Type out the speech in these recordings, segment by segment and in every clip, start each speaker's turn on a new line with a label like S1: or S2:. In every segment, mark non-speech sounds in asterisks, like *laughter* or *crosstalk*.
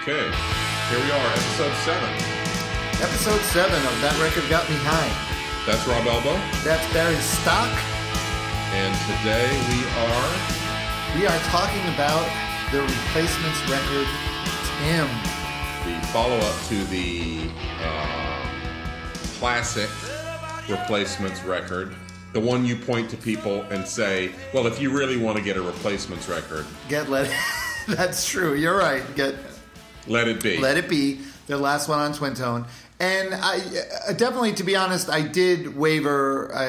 S1: Okay, here we are, episode seven.
S2: Episode 7 of That Record Got Me High.
S1: That's Rob Elbow,
S2: That's Barry Stock.
S1: and today we are
S2: We are talking about the replacements record, Tim.
S1: the follow-up to the uh, classic replacements record, the one you point to people and say, "Well, if you really want to get a replacements record,
S2: Get Let *laughs* That's true. You're right. Get
S1: let it be."
S2: Let It Be, their last one on Twin Tone. And I uh, definitely, to be honest, I did waver. I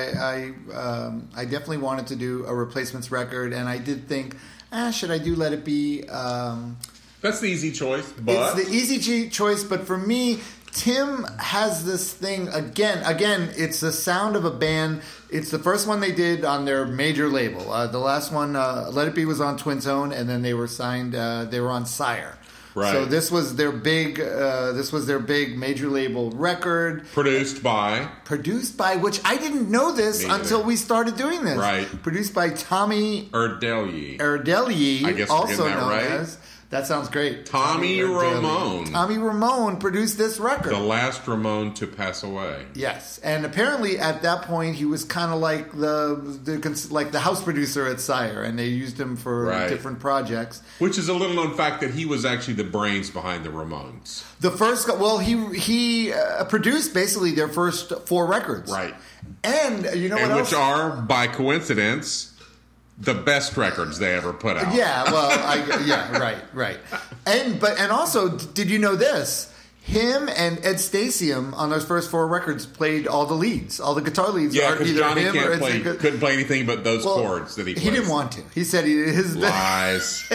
S2: I, um, I definitely wanted to do a replacements record, and I did think, ah, should I do Let It Be? Um,
S1: That's the easy choice, but
S2: It's the easy che- choice, but for me, Tim has this thing again. Again, it's the sound of a band. It's the first one they did on their major label. Uh, the last one, uh, Let It Be, was on Twin Tone, and then they were signed. Uh, they were on Sire.
S1: Right.
S2: So this was their big. Uh, this was their big major label record
S1: produced by
S2: produced by which I didn't know this
S1: Me neither.
S2: until we started doing this.
S1: Right.
S2: Produced by Tommy
S1: Erdelyi.
S2: Erdelyi,
S1: I guess we're
S2: also
S1: getting that
S2: known
S1: right.
S2: as. That sounds great.
S1: Tommy
S2: Erdelyi.
S1: Ramone.
S2: Tommy Ramone produced this record.
S1: the last Ramon to pass away.
S2: yes, and apparently at that point he was kind of like the, the cons- like the house producer at Sire, and they used him for
S1: Right.
S2: different projects.
S1: Which is a little known fact that he was actually the brains behind the Ramones.
S2: The first, well, he he uh, produced basically their first four records,
S1: Right.
S2: And uh, you know
S1: and
S2: what
S1: which
S2: else?
S1: are, by coincidence, the best records they ever put out.
S2: Yeah, well, I, yeah, right, right. And but and also, d- did you know this? Him and Ed Stasium on those first four records played all the leads, all the guitar leads.
S1: Yeah,
S2: are
S1: because
S2: either
S1: Johnny
S2: him or
S1: can't
S2: Ed
S1: play,
S2: Stasium.
S1: couldn't play anything but those
S2: Well,
S1: chords that he plays.
S2: He didn't want to. He said he, his *laughs*
S1: Lies.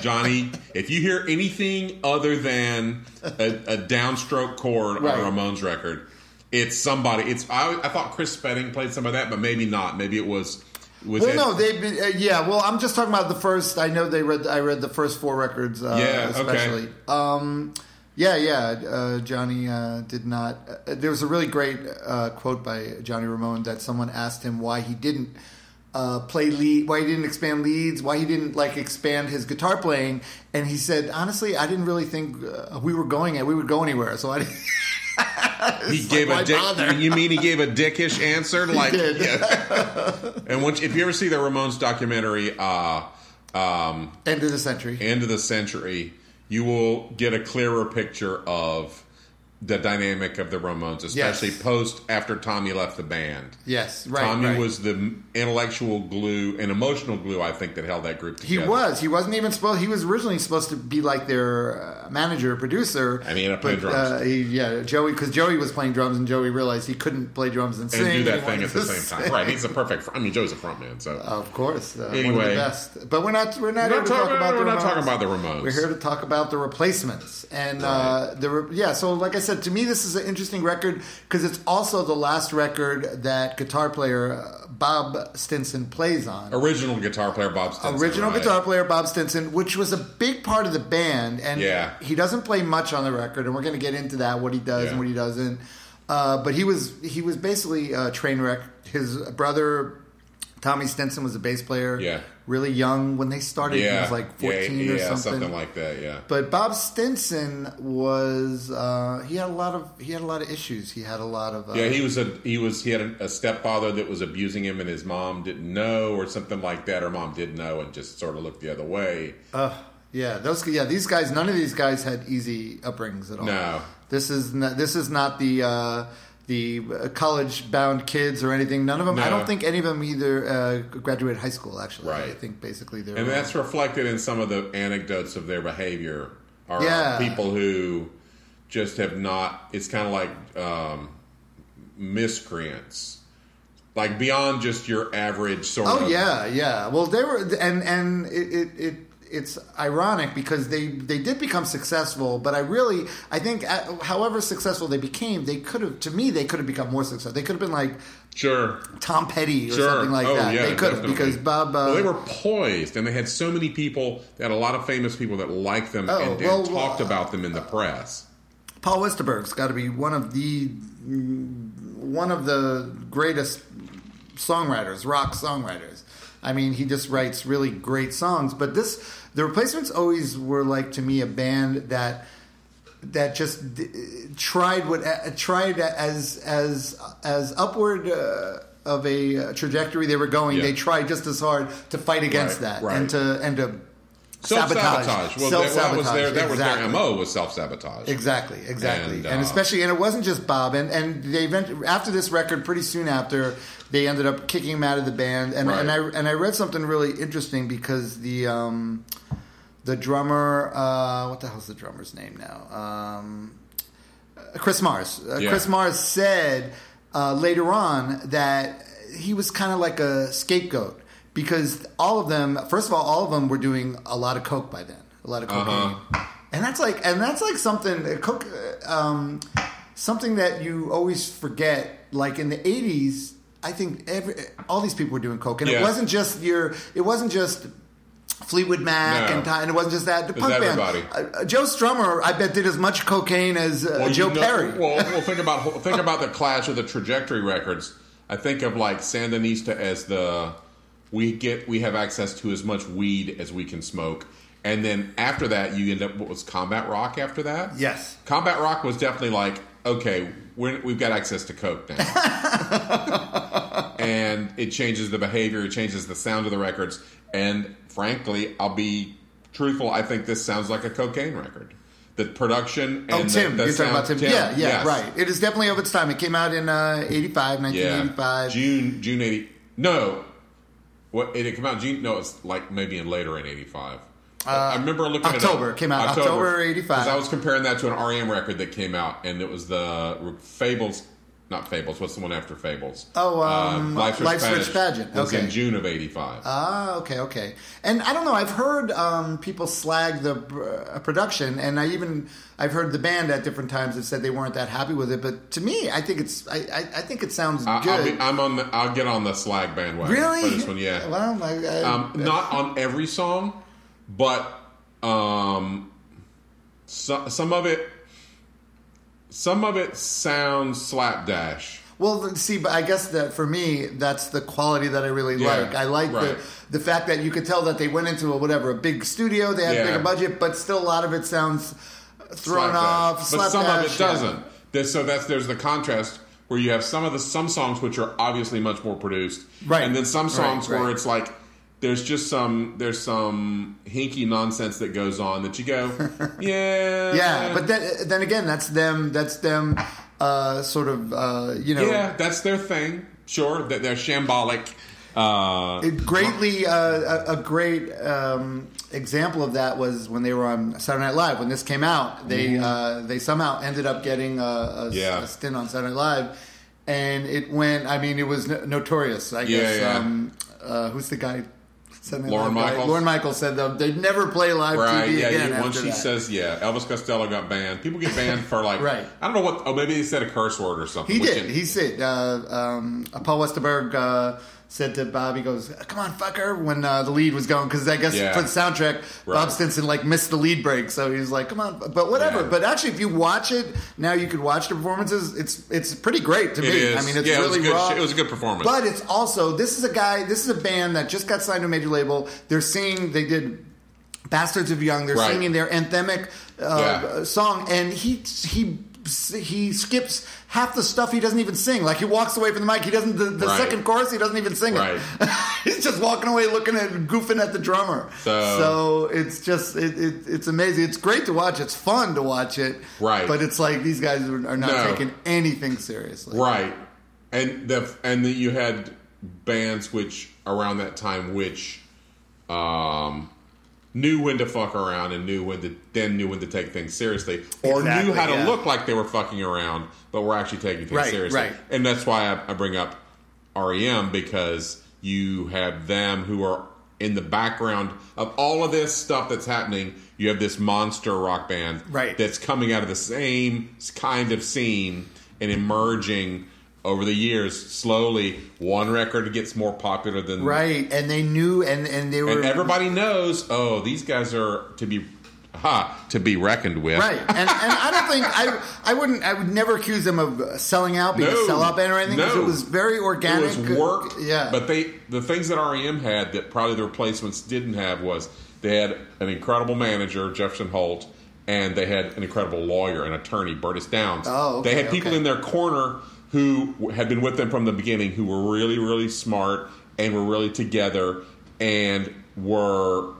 S1: Johnny, if you hear anything other than a, a downstroke chord
S2: Right.
S1: on a Ramones record, it's somebody. It's I, I thought Chris Spedding played some of that, but maybe not. Maybe it was. was
S2: Well,
S1: Ed-
S2: no, they. Uh, yeah, well, I'm just talking about the first. I know they read. I read the first four records. Uh,
S1: Yeah, okay.
S2: especially. Um, yeah, yeah. Uh, Johnny uh, did not. Uh, there was a really great uh, quote by Johnny Ramone that someone asked him why he didn't uh, play lead, why he didn't expand leads, why he didn't like expand his guitar playing, and he said, honestly, I didn't really think uh, we were going we would go anywhere. So I. *laughs* Didn't,
S1: He gave
S2: why
S1: a dick.
S2: bother?
S1: You mean he gave a dickish
S2: *laughs*
S1: answer? Like,
S2: did. *laughs*
S1: Yeah. and once, if you ever see the Ramones documentary, uh, um,
S2: End of the century.
S1: "End of the Century," you will get a clearer picture of the dynamic of the Ramones, especially
S2: Yes.
S1: post after Tommy left the band.
S2: yes, right.
S1: Tommy
S2: right.
S1: was the intellectual glue and emotional glue, I think, that held that group
S2: He
S1: together.
S2: was. He wasn't even supposed. He was originally supposed to be like their uh, manager, producer.
S1: And he ended up playing
S2: but,
S1: drums.
S2: Uh, he, yeah, Joey, because Joey was playing drums, and Joey realized he couldn't play drums and sing.
S1: And do
S2: and
S1: that
S2: he
S1: thing
S2: wanted
S1: at the
S2: to *laughs*
S1: same time,
S2: sing.
S1: right? He's a perfect. Fr- I mean, Joe's a frontman, so
S2: Of course. Uh, one of
S1: Anyway.
S2: the best. But we're not. We're not,
S1: We're
S2: here
S1: not
S2: to
S1: talking-
S2: talk about.
S1: we're
S2: the
S1: not
S2: Ramones.
S1: talking about the Ramones.
S2: We're here to talk about the replacements, and uh,
S1: Right.
S2: the re- yeah. So, like I said, to me, this is an interesting record because it's also the last record that guitar player uh, Bob Stinson plays on.
S1: original guitar player Bob Stinson.
S2: original
S1: right?
S2: guitar player Bob Stinson, which was a big part of the band, and
S1: Yeah.
S2: he doesn't play much on the record, and we're going to get into that what he does
S1: Yeah.
S2: and what he doesn't. Uh, but he was he was basically a train wreck. His brother Tommy Stinson was a bass player,
S1: Yeah.
S2: really young when they started.
S1: Yeah,
S2: he was like fourteen
S1: yeah,
S2: or
S1: yeah,
S2: something.
S1: like that. Yeah,
S2: But Bob Stinson was uh, he had a lot of he had a lot of issues. He had a lot of uh,
S1: yeah. He was a he was he had a, a stepfather that was abusing him, and his mom didn't know, or something like that, or mom did know and just sort of looked the other way.
S2: Oh. Yeah, those yeah, these guys. None of these guys had easy upbringings at all.
S1: No.
S2: this is not, this is not the uh, the college bound kids or anything. None of them. I
S1: No.
S2: don't think any of them either uh, graduated high school. Actually, I
S1: Right.
S2: think basically they're
S1: and that's reflected in some of the anecdotes of their behavior. Are
S2: Yeah.
S1: people who just have not? It's kind of like um, miscreants, like beyond just your average sort
S2: Oh
S1: of.
S2: yeah, yeah. Well, they were, and and it, it, it it's ironic because they they did become successful, but I really I think uh, however successful they became, they could have to me they could have become more successful. They could have been like
S1: sure.
S2: Tom Petty or
S1: Sure.
S2: something like
S1: Oh,
S2: that.
S1: yeah,
S2: they could have
S1: definitely.
S2: because Bob. Uh,
S1: Well, they were poised, and they had so many people. They had a lot of famous people that liked them
S2: Oh,
S1: and, and
S2: well,
S1: talked
S2: well,
S1: about them in the press.
S2: Paul Westerberg's got to be one of the one of the greatest songwriters, rock songwriters. I mean, he just writes really great songs. But this, the replacements always were like to me a band that that just d- tried what uh, tried as as as upward. Uh, of a uh, trajectory they were going,
S1: Yeah.
S2: they tried just as hard to fight against
S1: Right,
S2: that
S1: right.
S2: and to and to
S1: Self
S2: sabotage.
S1: sabotage. Well, that, that was their that was
S2: exactly.
S1: their mo was self sabotage.
S2: Exactly, exactly,
S1: And,
S2: and,
S1: uh,
S2: especially, and it wasn't just Bob, and and they event, after this record, pretty soon after, they ended up kicking him out of the band, and
S1: Right.
S2: and I and I read something really interesting because the um, the drummer, uh, what the hell's the drummer's name now? Um, Chris Mars. Uh,
S1: Yeah.
S2: Chris Mars said uh, later on that he was kind of like a scapegoat because all of them, first of all, all of them were doing a lot of coke by then, a lot of cocaine,
S1: Uh-huh.
S2: and that's like, and that's like something uh, coke, uh, um, something that you always forget. Like in the '80s, I think every all these people were doing coke, and
S1: Yeah.
S2: it wasn't just your, it wasn't just Fleetwood Mac
S1: No.
S2: and Ty, and it wasn't just that. The punk
S1: everybody.
S2: band, uh, uh, Joe Strummer, I bet did as much cocaine as uh,
S1: Well, you
S2: Joe
S1: know-
S2: Perry.
S1: Well, well, think about think about the clash of the trajectory records. I think of like Sandinista as the we get we have access to as much weed as we can smoke, and then after that you end up what was combat rock after that.
S2: Yes.
S1: combat rock was definitely like okay we're, we've got access to coke
S2: *laughs*
S1: now, and it changes the behavior, it changes the sound of the records, and frankly, I'll be truthful. I think this sounds like a cocaine record. The production
S2: Oh,
S1: and the-
S2: Tim,
S1: the
S2: you're talking
S1: sound-
S2: about Tim.
S1: Tim,
S2: Yeah, yeah,
S1: yes.
S2: right. It is definitely of its time. It came out in uh, 85,
S1: Yeah,
S2: 1985.
S1: June June eighty. No, what it came out June? No, it's like maybe in later in eighty five. I remember looking it up.
S2: Uh, October. It came out October 85.
S1: 'Cause I was comparing that to an REM record that came out, and it was the Fables, not Fables. What's the one after Fables? Uh,
S2: Oh, um, Life Switch Pageant.
S1: Was
S2: Okay.
S1: in June of eighty five.
S2: Ah, okay, okay. And I don't know. I've heard um, people slag the uh, production, and I even I've heard the band at different times have said they weren't that happy with it. But to me, I think it's I, I, I think it sounds
S1: I,
S2: good.
S1: I'll be, I'm on. The, I'll get on the slag bandwagon.
S2: really?
S1: for this one, yeah.
S2: Well, I, I,
S1: um, not on every song, but um, so, some of it, some of it sounds slapdash.
S2: Well, th- see, but I guess that for me, that's the quality that I really
S1: Yeah,
S2: like. I like
S1: right.
S2: the the fact that you could tell that they went into a, whatever a big studio, they had
S1: Yeah.
S2: a bigger budget, but still a lot of it sounds thrown
S1: slapdash.
S2: off.
S1: but some of
S2: slapdash,
S1: it
S2: yeah.
S1: doesn't. There's- so that's there's the contrast where you have some of the some songs which are obviously much more produced,
S2: Right.
S1: And then some
S2: Right,
S1: songs where
S2: right.
S1: it's like there's just some there's some hinky nonsense that goes on that you
S2: *laughs*
S1: go, yeah,
S2: Yeah, but then, then again, that's them. That's them. Uh, sort of, uh, you know,
S1: yeah, that's their thing. Sure, that they're shambolic. Uh,
S2: It greatly uh, a, a great um, example of that was when they were on Saturday Night Live. When this came out, they uh, they somehow ended up getting a, a,
S1: Yeah.
S2: a stint on Saturday Night Live, and it went. I mean, it was no- notorious. I
S1: Yeah,
S2: guess
S1: yeah.
S2: Um, uh, who's the guy? Saturday Night
S1: Lorne
S2: Live guy?
S1: Michaels?
S2: Lauren Michaels said though they'd never play live
S1: Right,
S2: TV
S1: yeah.
S2: again.
S1: you- once
S2: after
S1: she
S2: that.
S1: says, yeah, Elvis Costello got banned. People get banned for like,
S2: Right.
S1: I don't know what. Oh, maybe he said a curse word or something.
S2: He
S1: which
S2: did.
S1: in-
S2: He said. Uh, um, Paul Westerberg uh, said to Bob, he goes, "Come on, fucker!" When uh, the lead was going, because I guess
S1: Yeah.
S2: for the soundtrack,
S1: Right.
S2: Bob Stinson like missed the lead break, so he was like, "Come on!" But whatever.
S1: Yeah.
S2: But actually, if you watch it now, you could watch the performances. It's it's pretty great to
S1: it
S2: me.
S1: is.
S2: I mean, it's
S1: yeah, it was
S2: really
S1: a good,
S2: raw.
S1: sh- It was a good performance.
S2: But it's also this is a guy. This is a band that just got signed to a major label. They're singing. They did. Bastards of Young. They're
S1: Right.
S2: singing their anthemic uh,
S1: Yeah.
S2: song, and he he he skips half the stuff he doesn't even sing. Like he walks away from the mic. He doesn't. The, the
S1: Right.
S2: second chorus, he doesn't even sing
S1: Right.
S2: it. *laughs* He's just walking away, looking at goofing at the drummer.
S1: So-
S2: So it's just it, it, it's amazing. It's great to watch. It's fun to watch it.
S1: Right.
S2: But it's like these guys are, are not
S1: No.
S2: taking anything seriously.
S1: right, and the and the, you had bands which around that time which um knew when to fuck around and knew when to then knew when to take things seriously or knew
S2: Exactly,
S1: how to
S2: yeah.
S1: look like they were fucking around but were actually taking things
S2: Right,
S1: seriously
S2: right.
S1: and that's why I, I bring up REM because you have them who are in the background of all of this stuff that's happening you have this monster rock band
S2: Right.
S1: that's coming out of the same kind of scene and emerging over the years slowly one record gets more popular than
S2: Right, and they knew, and and they were
S1: and everybody knows, oh, these guys are to be ha, to be reckoned with.
S2: Right, and, and I don't think I I wouldn't I would never accuse them of selling out, being
S1: No.
S2: a sellout band or anything. 'cause
S1: No.
S2: it was very organic.
S1: It was work.
S2: yeah.
S1: But they the things that REM had that probably the replacements didn't have was they had an incredible manager, Jefferson Holt, and they had an incredible lawyer and attorney, Bertis Downs.
S2: Oh, okay,
S1: they had people
S2: okay.
S1: in their corner who w- had been with them from the beginning, who were really, really smart and were really together and were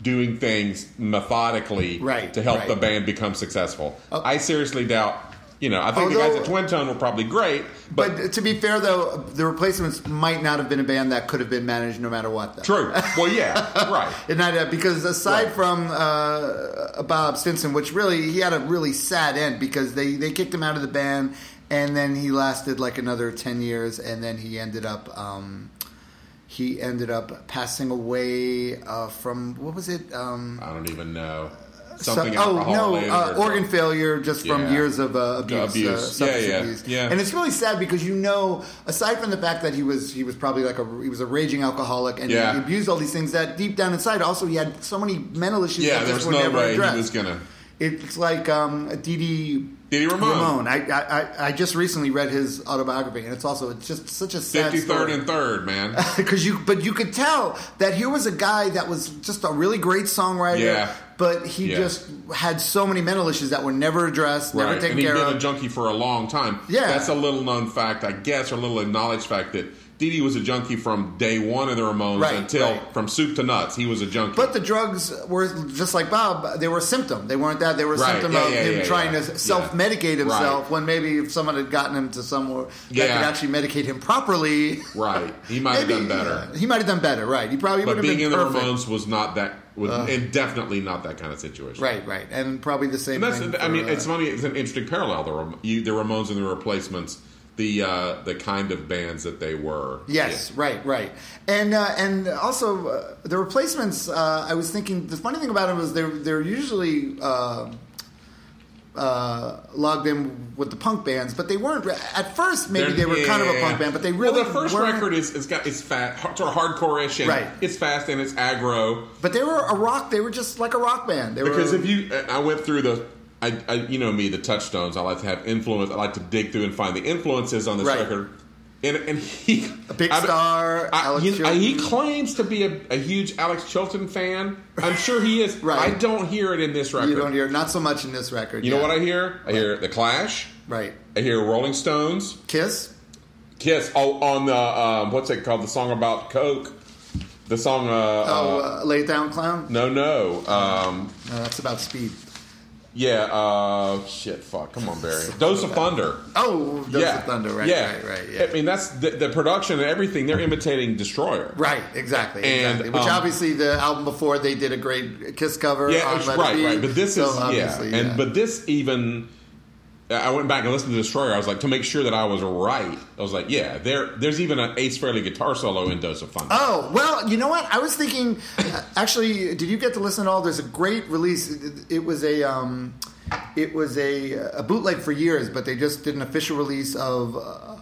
S1: doing things methodically
S2: Right,
S1: to help
S2: right. Oh.
S1: the band become successful. I seriously doubt. You know, I think the guys
S2: Although-
S1: at Twin Tone were probably great,
S2: but, to be fair, though, the replacements might not have been a band that could have been managed no matter what. Though.
S1: True. Well, yeah, right.
S2: And not, uh, because aside
S1: Right.
S2: from uh, Bob Stinson, which really he had a really sad end because they, they kicked him out of the band, and then he lasted like another ten years, and then he ended up um, he ended up passing away uh, from what was it? Um,
S1: I don't even know something.
S2: some-
S1: alcohol related
S2: uh,
S1: or-
S2: organ failure just from
S1: Yeah.
S2: years of uh, abuse,
S1: Abuse.
S2: Uh,
S1: Yeah,
S2: substance
S1: yeah,
S2: abuse.
S1: yeah.
S2: And it's really sad because you know, aside from the fact that he was he was probably like a he was a raging alcoholic and
S1: Yeah.
S2: he abused all these things, that deep down inside, also he had so many mental issues.
S1: Yeah,
S2: that
S1: there
S2: just
S1: was
S2: were
S1: no
S2: never
S1: way
S2: addressed.
S1: he was gonna.
S2: It's like um, Didi.
S1: Didi Ramon.
S2: I, I I- I just recently read his autobiography, and it's also it's just such a sad
S1: Fifty third
S2: story.
S1: and third, man.
S2: because you but you could tell that here was a guy that was just a really great songwriter
S1: Yeah.
S2: but he
S1: Yeah.
S2: just had so many mental issues that were never addressed never
S1: right,
S2: taken
S1: and he'd
S2: care
S1: been a
S2: of
S1: junkie for a long time.
S2: Yeah.
S1: that's a little known fact, I guess, or a little acknowledged fact that Didi was a junkie from day one of the Ramones
S2: Right,
S1: until
S2: right.
S1: from soup to nuts. He was a junkie.
S2: but the drugs were just like Bob. They were a symptom. They weren't that. They were a
S1: Right.
S2: symptom
S1: Yeah,
S2: of
S1: yeah,
S2: him
S1: yeah,
S2: trying
S1: yeah.
S2: to self-medicate
S1: Yeah.
S2: himself.
S1: Right.
S2: When maybe if someone had gotten him to somewhere that
S1: Yeah.
S2: could actually medicate him properly,
S1: right, he might have
S2: maybe-
S1: done better.
S2: yeah, he might have done better. Right. He probably would
S1: But
S2: have
S1: being
S2: been
S1: in the
S2: perfect.
S1: Ramones was not that, was and definitely not that kind of situation.
S2: Right. Right. And probably the same.
S1: And that's,
S2: thing
S1: I
S2: for,
S1: mean,
S2: uh,
S1: it's funny. It's an interesting parallel. The, Ram- you, the Ramones and the Replacements, the uh, the kind of bands that they were.
S2: Yes,
S1: Yeah.
S2: right, right, and uh, and also uh, the replacements. Uh, I was thinking the funny thing about it was they're they're usually uh, uh, logged in with the punk bands, but they weren't at first. Maybe
S1: They're-
S2: they were kind of a
S1: yeah.
S2: punk band, but they really
S1: Well, the 1st
S2: weren't,
S1: record is it's got it's fat, sort of hardcore-ish, and
S2: Right.
S1: It's fast and it's aggro.
S2: But they were a rock. They were just like a rock band. They
S1: Because
S2: were,
S1: if you, and I went through the, I, I, you know me, the touchstones. I like to have influence. I like to dig through and find the influences on this
S2: Right.
S1: record. And and he,
S2: A big
S1: I-
S2: star,
S1: I-
S2: Alex
S1: he,
S2: Chilton.
S1: he claims to be a, a huge Alex Chilton fan. I'm sure he is.
S2: *laughs* Right.
S1: I don't hear it in this record.
S2: you don't hear not so much in this record.
S1: You know
S2: yeah.
S1: what I hear? I hear The Clash.
S2: Right,
S1: I hear Rolling Stones.
S2: Kiss.
S1: Kiss. Oh, on the um, what's it called? The song about Coke. The song. Uh,
S2: Oh,
S1: uh,
S2: uh, lay it down, clown.
S1: no, no. Um,
S2: No, that's about speed.
S1: yeah. Uh, shit. Fuck. Come on,
S2: *laughs*
S1: Barry. Dose of Thunder.
S2: Oh, those
S1: yeah.
S2: of thunder. Right,
S1: yeah.
S2: right, right. Yeah.
S1: I mean, that's the, the production and everything. They're imitating Destroyer.
S2: Right, exactly,
S1: And,
S2: exactly. Which
S1: um,
S2: obviously the album before they did a great Kiss cover.
S1: Yeah,
S2: on
S1: it's-
S2: Let It
S1: right,
S2: Be.
S1: right. But this
S2: So
S1: is yeah.
S2: obviously,
S1: and but this even. I went back and listened to Destroyer. I was like, to make sure that I was right. I was like, yeah, there, there's even an Ace Frehley guitar solo in Dose of Thunder.
S2: oh well, you know what? I was thinking. uh, actually, did you get to listen at all? There's a great release. It, it was a. Um, it was a, a bootleg for years, but they just did an official release of uh,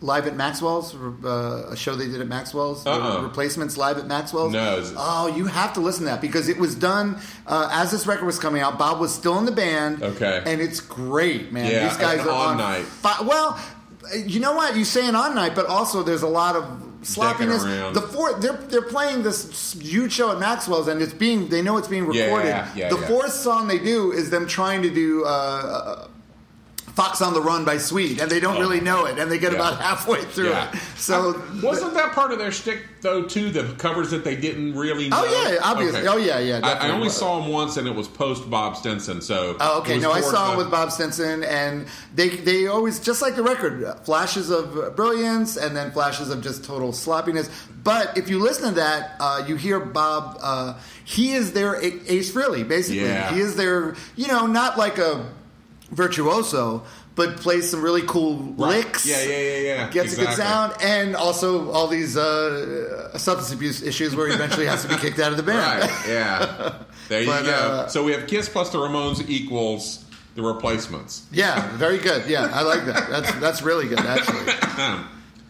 S2: Live at Maxwell's, uh, a show they did at Maxwell's, the
S1: Uh-uh.
S2: replacements live at Maxwell's.
S1: No, is it-
S2: Oh, you have to listen to that because it was done uh, as this record was coming out. Bob was still in the band.
S1: Okay.
S2: And it's great, man.
S1: Yeah,
S2: These guys
S1: an
S2: are
S1: on
S2: on
S1: night.
S2: fi- well, you know what? You say an on night, but also there's a lot of sloppiness.
S1: around.
S2: The fourth, they're they're playing this huge show at Maxwell's, and it's being they know it's being
S1: Yeah,
S2: recorded.
S1: yeah,
S2: the
S1: yeah.
S2: fourth song they do is them trying to do. Uh, Fox on the Run by Swede, and they don't
S1: Oh.
S2: really know it, and they get
S1: Yeah.
S2: about halfway through
S1: Yeah.
S2: it. So,
S1: Wasn't that part of their shtick though too? The covers that they didn't really. know?
S2: Oh, yeah, obviously. Oh, yeah, yeah,
S1: I, I
S2: definitely
S1: only
S2: was.
S1: saw him once, and it was post Bob Stinson. So.
S2: Oh, okay.
S1: it was
S2: No, I
S1: towards
S2: saw
S1: the-
S2: it with Bob Stinson, and they they always just like the record, uh, flashes of uh, brilliance, and then flashes of just total sloppiness. But if you listen to that, uh, you hear Bob. Uh, he is their A- Ace Frehley, basically.
S1: Yeah.
S2: He is their, you know, not like a virtuoso, but plays some really cool
S1: Right.
S2: licks.
S1: Yeah, yeah, yeah, yeah.
S2: Gets a
S1: Exactly.
S2: good sound, and also all these uh, substance abuse issues where he eventually has to be kicked out of the band. *laughs*
S1: Right. Yeah. There
S2: But,
S1: you go.
S2: uh,
S1: so we have Kiss plus the Ramones equals the Replacements.
S2: Yeah, very good. Yeah, I like that. That's that's really good actually.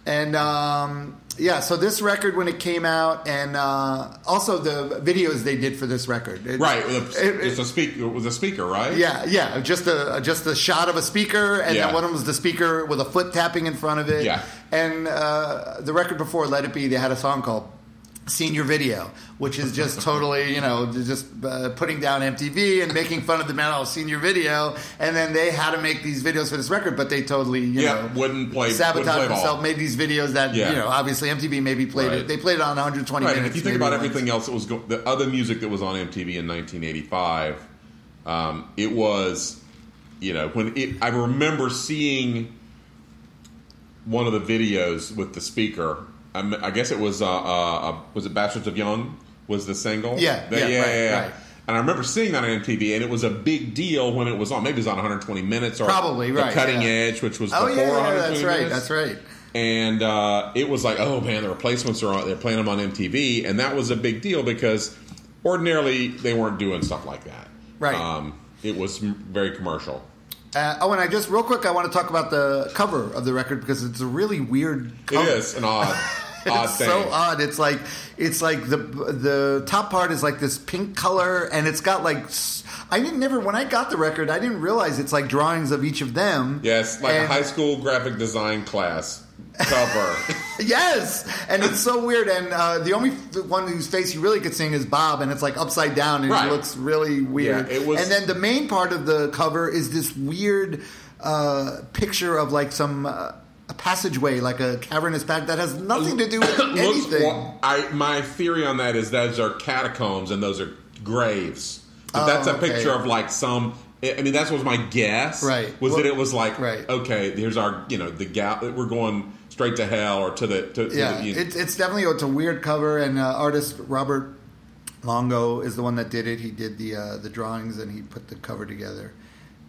S2: And um, yeah, so this record when it came out, and uh, also the videos they did for this record. It-
S1: Right,
S2: it-
S1: it's a speaker. It was a speaker, right?
S2: Yeah, yeah, just a just a shot of a speaker, and
S1: Yeah.
S2: then one of them was the speaker with a foot tapping in front of it.
S1: Yeah.
S2: and uh, the record before "Let It Be," they had a song called "Senior Video," which is
S1: *laughs*
S2: just totally, you know, just uh, putting down MTV and making fun of the man. Oh, senior video, and then they had to make these videos for this record, but they totally, you
S1: Yeah,
S2: know,
S1: wouldn't play. wouldn't play
S2: sabotaged
S1: ball.
S2: themselves. Made these videos that
S1: Yeah.
S2: you know, obviously MTV maybe played
S1: Right.
S2: it. They played it on 120
S1: Right, and if
S2: minutes.
S1: you think
S2: maybe
S1: about
S2: once.
S1: everything else that was go- the other music that was on MTV in 1985, um, it was, you know, when it, I remember seeing one of the videos with the speaker. I'm, I guess it was uh, uh, uh, was it Bastards of Young was the single.
S2: Yeah,
S1: The-
S2: yeah, right, right.
S1: And I remember seeing that on MTV, and it was a big deal when it was on. Maybe it was on 120 Minutes or
S2: Probably,
S1: the
S2: right,
S1: Cutting
S2: yeah.
S1: Edge, which was
S2: Oh
S1: before
S2: yeah, yeah,
S1: 120
S2: that's right.
S1: Minutes
S2: That's right.
S1: and uh, it was like, oh man, the replacements are on. They're playing them on MTV, and that was a big deal because ordinarily they weren't doing stuff like that.
S2: Right.
S1: Um, it was m- very commercial.
S2: Uh, oh, and I just real quick, I want to talk about the cover of the record because it's a really weird.
S1: It
S2: Cover.
S1: is an odd, odd
S2: Oh. *laughs* It's
S1: thing.
S2: so odd. It's like it's like the the top part is like this pink color, and it's got like s- I didn't never when I got the record, I didn't realize it's like drawings of each of them.
S1: Yes, like a
S2: And-
S1: high school graphic design class cover.
S2: Yes, and it's so weird. And uh, the only f- one whose face you really could sing is Bob, and it's like upside down, and
S1: Right.
S2: it looks really weird.
S1: Yeah, it was-
S2: And then the main part of the cover is this weird uh, picture of like some uh, a passageway, like a cavernous path that has nothing to do with
S1: Looks-
S2: anything.
S1: well, I my theory on that is those are catacombs and those are graves. But
S2: Oh,
S1: that's a
S2: okay.
S1: picture of like some. I I mean, that was my guess.
S2: Right.
S1: Was that
S2: Well,
S1: it was like
S2: right.
S1: okay, here's our you know the gal. We're going straight to hell or to the to, to
S2: yeah,
S1: the, you know.
S2: it's it's definitely it's a weird cover, and uh, artist Robert Longo is the one that did it. He did the uh, the drawings, and he put the cover together.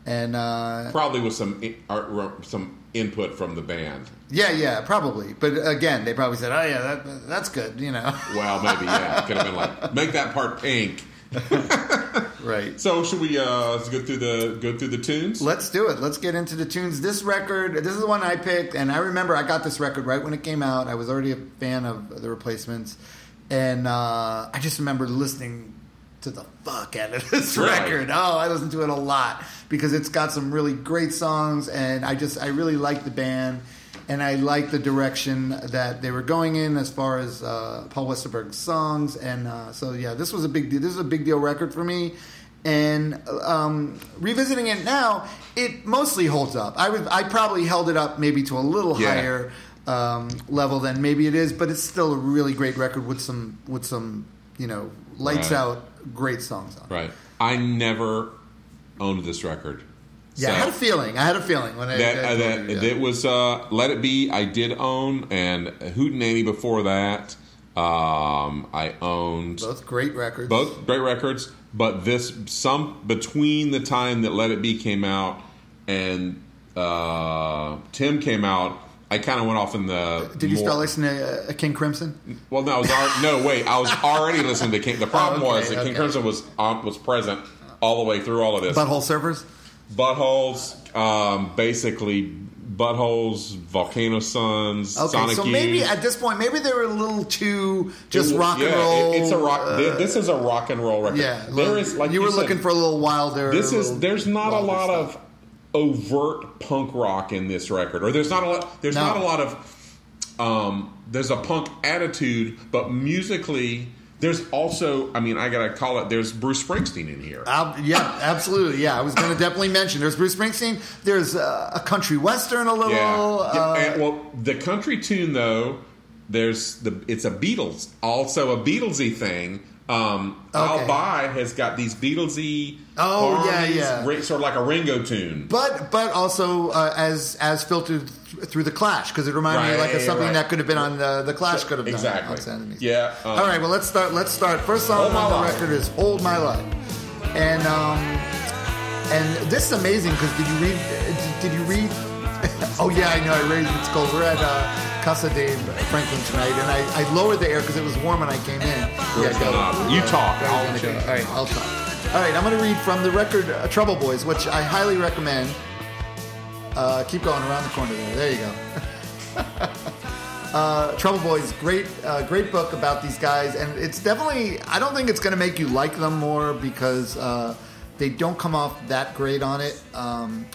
S2: And uh,
S1: probably with some i- art, ro- some input from the band.
S2: Yeah, yeah, probably. But again, they probably said, "Oh yeah, that, that's good," you know.
S1: Well, maybe yeah, it could have been
S2: *laughs*
S1: like make that part pink.
S2: Right.
S1: So should we uh, go through the go through the tunes?
S2: *laughs* Let's do it. Let's get into the tunes. This record, this is the one I picked, and I remember I got this record right when it came out. I was already a fan of the Replacements, and uh, I just remember listening to the fuck out of *laughs* this
S1: Really?
S2: record. Oh, I listened to it a lot because it's got some really great songs, and I just I really like the band, and I like the direction that they were going in as far as uh, Paul Westerberg's songs, and uh, so yeah, this was a big deal. This is a big deal record for me, and um, revisiting it now, it mostly holds up. I would I probably held it up maybe to a little
S1: Yeah.
S2: higher um, level than maybe it is, but it's still a really great record with some with some you know lights
S1: Right.
S2: out great songs on. it.
S1: Right. I never owned this record.
S2: Yeah, I
S1: So-
S2: had a feeling. I had a feeling when I
S1: that uh,
S2: I told
S1: that
S2: you, yeah.
S1: that was uh, Let It Be. I did own and Hootenanny before that. Um, I owned both.
S2: both great records.
S1: great records, but this some between the time that Let It Be came out and uh, Tim came out. I kind of went off in the.
S2: Did you
S1: more-
S2: start listening to uh, King Crimson?
S1: Well, no, I was al- no wait. I was already listening to King. The problem
S2: *laughs* Oh, okay,
S1: was that King
S2: okay.
S1: Crimson was um, was present all the way through all of this
S2: Butthole Surfers?
S1: buttholes, um, basically buttholes, volcano suns,
S2: Okay,
S1: Sonic
S2: so
S1: Youth.
S2: maybe at this point, maybe they were a little too just
S1: It-
S2: rock and
S1: yeah, it-
S2: roll.
S1: it's a rock.
S2: uh,
S1: thi- this is a rock and roll record.
S2: yeah,
S1: there is like
S2: you, were
S1: said,
S2: looking for a little wilder.
S1: This is
S2: little
S1: there's not a
S2: wilder
S1: lot
S2: stuff.
S1: of overt punk rock in this record, or there's not a lot. There's
S2: No.
S1: not a lot of. Um, there's a punk attitude, but musically, there's also. I mean, I gotta call it. There's Bruce Springsteen in here.
S2: Ab- yeah, absolutely. Yeah, I was going to definitely mention. There's Bruce Springsteen. There's uh, a country western a little.
S1: Yeah.
S2: Uh,
S1: Yeah, and, well, the country tune though, there's the it's a Beatles, also a Beatlesy thing. Um, I'll
S2: Okay.
S1: buy has got these Beatlesy.
S2: Oh, yeah,
S1: harmonies,
S2: yeah.
S1: ri- sort of like a Ringo tune.
S2: But but also uh, as as filtered th- through the Clash because it reminded me
S1: Right,
S2: like of something
S1: right.
S2: that could have been on the the Clash could have done
S1: exactly.
S2: on Sound of Music.
S1: Yeah. um,
S2: All right, well let's start. Let's start. First
S1: Hold
S2: song
S1: My
S2: on the
S1: Life.
S2: record is "Hold My Life," and um, and this is amazing because did you read? uh, Did you read? *laughs* oh yeah, I know. I read. It's called. We're at uh, Casa de Franklin tonight, and I, I lowered the air because it was warm when I came in.
S1: Where's
S2: Yeah,
S1: the
S2: go.
S1: knob? uh, You talk.
S2: Very
S1: I'll
S2: good.
S1: check.
S2: All right, I'll talk. All right, I'm going to read from the record uh, Trouble Boys, which I highly recommend. Uh, keep going around the corner there. There you go. *laughs* Uh, Trouble Boys, great, uh, great book about these guys, and it's definitely. I don't think it's going to make you like them more because uh, they don't come off that great on it. Um,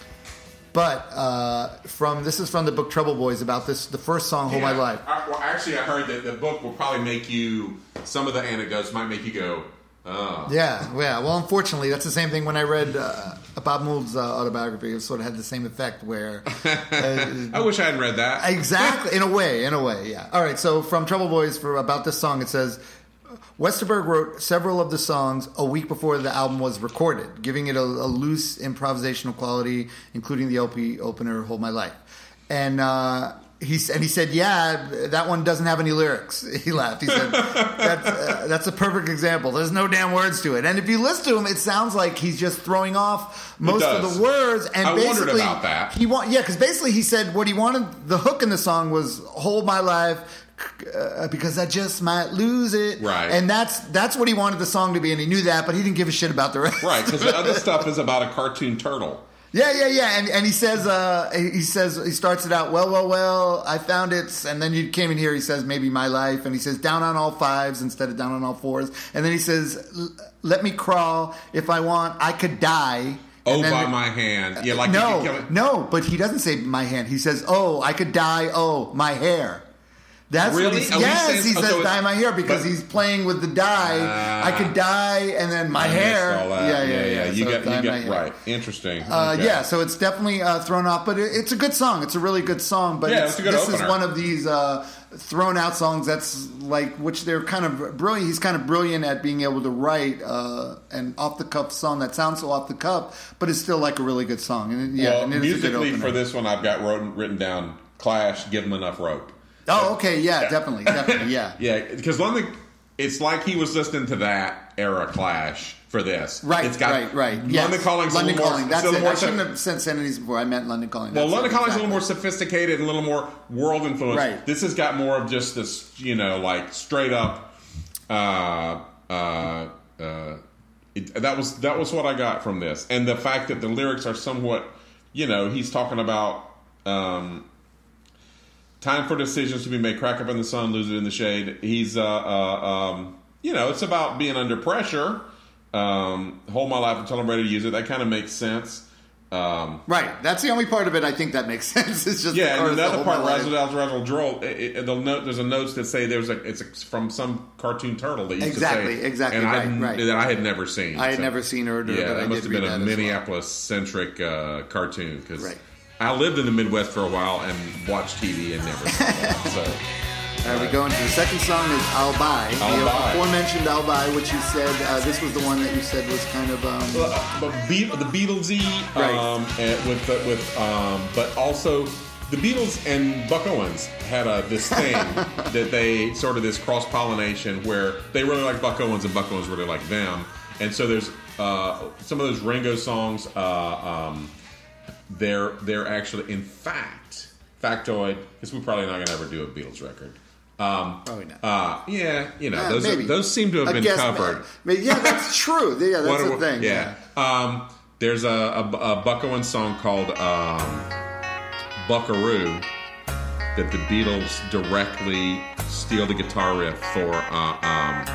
S2: but uh, from this is from the book Trouble Boys about this the first song Whole My
S1: Yeah.
S2: Life.
S1: I, well, actually, I heard that the book will probably make you. Some of the anecdotes might make you go, "Oh,
S2: Yeah, yeah. Well, unfortunately, that's the same thing when I read uh, Bob Mould's uh, autobiography. It sort of had the same effect where. uh,
S1: I wish I hadn't read that."
S2: Exactly, in a way, in a way, yeah. All right, so from Trouble Boys for about this song, it says Westerberg wrote several of the songs a week before the album was recorded, giving it a, a loose improvisational quality, including the LP opener "Hold My Life," and. Uh, he, s- and he said, "Yeah, that one doesn't have any lyrics." *laughs* He laughed. He said, "That's uh, that's a perfect example. There's no damn words to it." And if you listen to him, it sounds like he's just throwing off most of
S1: does.
S2: the words. And
S1: I wondered
S2: basically,
S1: about that.
S2: he want yeah because basically he said what he wanted the hook in the song was hold my life uh, because I just might lose it
S1: Right.
S2: and that's that's what he wanted the song to be and he knew that but he didn't give a shit about the rest
S1: Right, because the other stuff is about a cartoon turtle.
S2: *laughs* yeah yeah yeah and and he says uh he he says he starts it out well well well I found it and then you came in here he says maybe my life and he says down on all fives instead of down on all fours and then he says "L- let me crawl if I want I could die
S1: Oh,
S2: And then
S1: by
S2: the-
S1: my hand. Yeah, like you could
S2: no,
S1: kill it.
S2: no, but he doesn't say my hand. He says, "Oh, I could dye. Oh, my hair." That's what
S1: Really?
S2: he's,
S1: Oh, he
S2: yes,
S1: says-
S2: he
S1: oh,
S2: says
S1: so it-
S2: dye my hair because
S1: but-
S2: he's playing with the dye.
S1: Ah.
S2: I could dye, and then my
S1: I missed
S2: hair.
S1: all that.
S2: Yeah, yeah, yeah.
S1: You
S2: So
S1: got, you
S2: dye my
S1: got
S2: hair.
S1: right. Interesting.
S2: Uh,
S1: Okay.
S2: Yeah, so it's definitely uh, thrown off, but it, it's a good song. It's a really good song. But
S1: Yeah,
S2: it's-
S1: it's a good
S2: this is
S1: opener.
S2: one of these uh, thrown out songs that's like, which they're kind of brilliant. He's kind of brilliant at being able to write uh, an off the cuff song that sounds so off the cuff, but it's still like a really good song. And it, yeah,
S1: well,
S2: and it is a good
S1: musically
S2: opener.
S1: for this one, I've got wrote, written down Clash, give them enough rope.
S2: Oh, okay, yeah, definitely, definitely, yeah.
S1: *laughs* Yeah, because one thing, it's like he was listening to that era Clash for this.
S2: Right,
S1: it's got
S2: right, right.
S1: London
S2: yes.
S1: Calling's
S2: London
S1: a little
S2: Calling.
S1: more.
S2: That's
S1: it's a
S2: it.
S1: little
S2: I shouldn't
S1: more
S2: have said Sanities before. I meant London Calling.
S1: well,
S2: That's
S1: London
S2: it,
S1: Calling's a
S2: exactly.
S1: little more sophisticated and a little more world influence.
S2: Right.
S1: This has got more of just this, you know, like straight up. Uh, uh, uh, it, that was that was what I got from this, and the fact that the lyrics are somewhat, you know, he's talking about um, time for decisions to be made. Crack up in the sun, lose it in the shade. He's, uh, uh, um, you know, it's about being under pressure. Um, hold my life until I'm ready to use it. That kind of makes sense. Um,
S2: Right. That's the only part of it I think that makes *laughs* sense. It's just
S1: yeah,
S2: or
S1: and
S2: the
S1: another
S2: whole
S1: part, Razzle
S2: melody.
S1: Dazzle Droll. it- it- They'll note there's a notes that say there's a it's a, from some cartoon turtle that used
S2: Exactly,
S1: to say
S2: exactly,
S1: and I,
S2: right, right.
S1: that I had never seen.
S2: I had
S1: so-
S2: never seen
S1: Yeah,
S2: her. but I
S1: that
S2: did
S1: must have
S2: read
S1: been a
S2: that as well.
S1: Minneapolis centric uh, cartoon because
S2: Right.
S1: I lived in the Midwest for a while and watched TV and never saw that.
S2: *laughs*
S1: So
S2: All right, we go into the second song is I'll Buy.
S1: I'll
S2: the
S1: Buy.
S2: aforementioned I'll Buy, which you said, uh, this was the one that you said was kind of, um,
S1: Well, uh, but Be- the Beatlesy,
S2: Right.
S1: um, and with the, with, um, but also the Beatles and Buck Owens had a, this
S2: *laughs*
S1: thing that they sort of this cross pollination where they really like Buck Owens and Buck Owens really like them, and so there's uh, some of those Ringo songs. Uh, um, they're they're actually in fact factoid because we're probably not gonna ever do a Beatles record. Um,
S2: Probably not.
S1: Uh, yeah, you know
S2: yeah,
S1: those
S2: maybe.
S1: those seem to have
S2: I
S1: been
S2: guess-
S1: covered.
S2: I mean, yeah, that's true. Yeah, that's
S1: Wonder
S2: the
S1: Wo-
S2: thing.
S1: Yeah. Um, there's a, a, a Buck Owens song called um, Buckaroo that the Beatles directly steal the guitar riff for. Uh, um,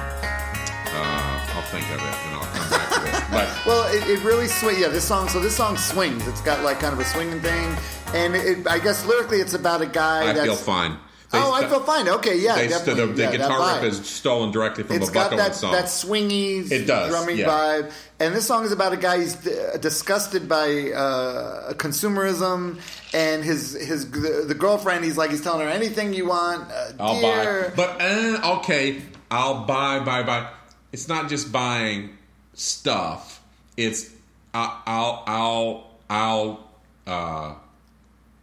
S1: uh, I'll think of it and I'll come back to
S2: *laughs*
S1: this. But
S2: Well, it, it really swings. Yeah, this song. So this song swings. It's got like kind of a swinging thing, and it, I guess lyrically, it's about a guy.
S1: I
S2: that's,
S1: feel fine. They
S2: oh, I
S1: st-
S2: feel fine. Okay, yeah,
S1: They st-
S2: definitely.
S1: the the
S2: yeah, that
S1: guitar
S2: vibe.
S1: riff is stolen directly from
S2: It's
S1: a Buck
S2: got that,
S1: Owens song.
S2: that swingy
S1: It does,
S2: drumming
S1: yeah.
S2: vibe. And this song is about a guy who's uh, disgusted by uh, consumerism and his his the, the girlfriend. He's like he's telling her anything you want, uh,
S1: I'll
S2: dear.
S1: buy. But uh, okay, I'll buy, buy, buy. It's not just buying stuff. It's I, I'll, I'll, I'll uh,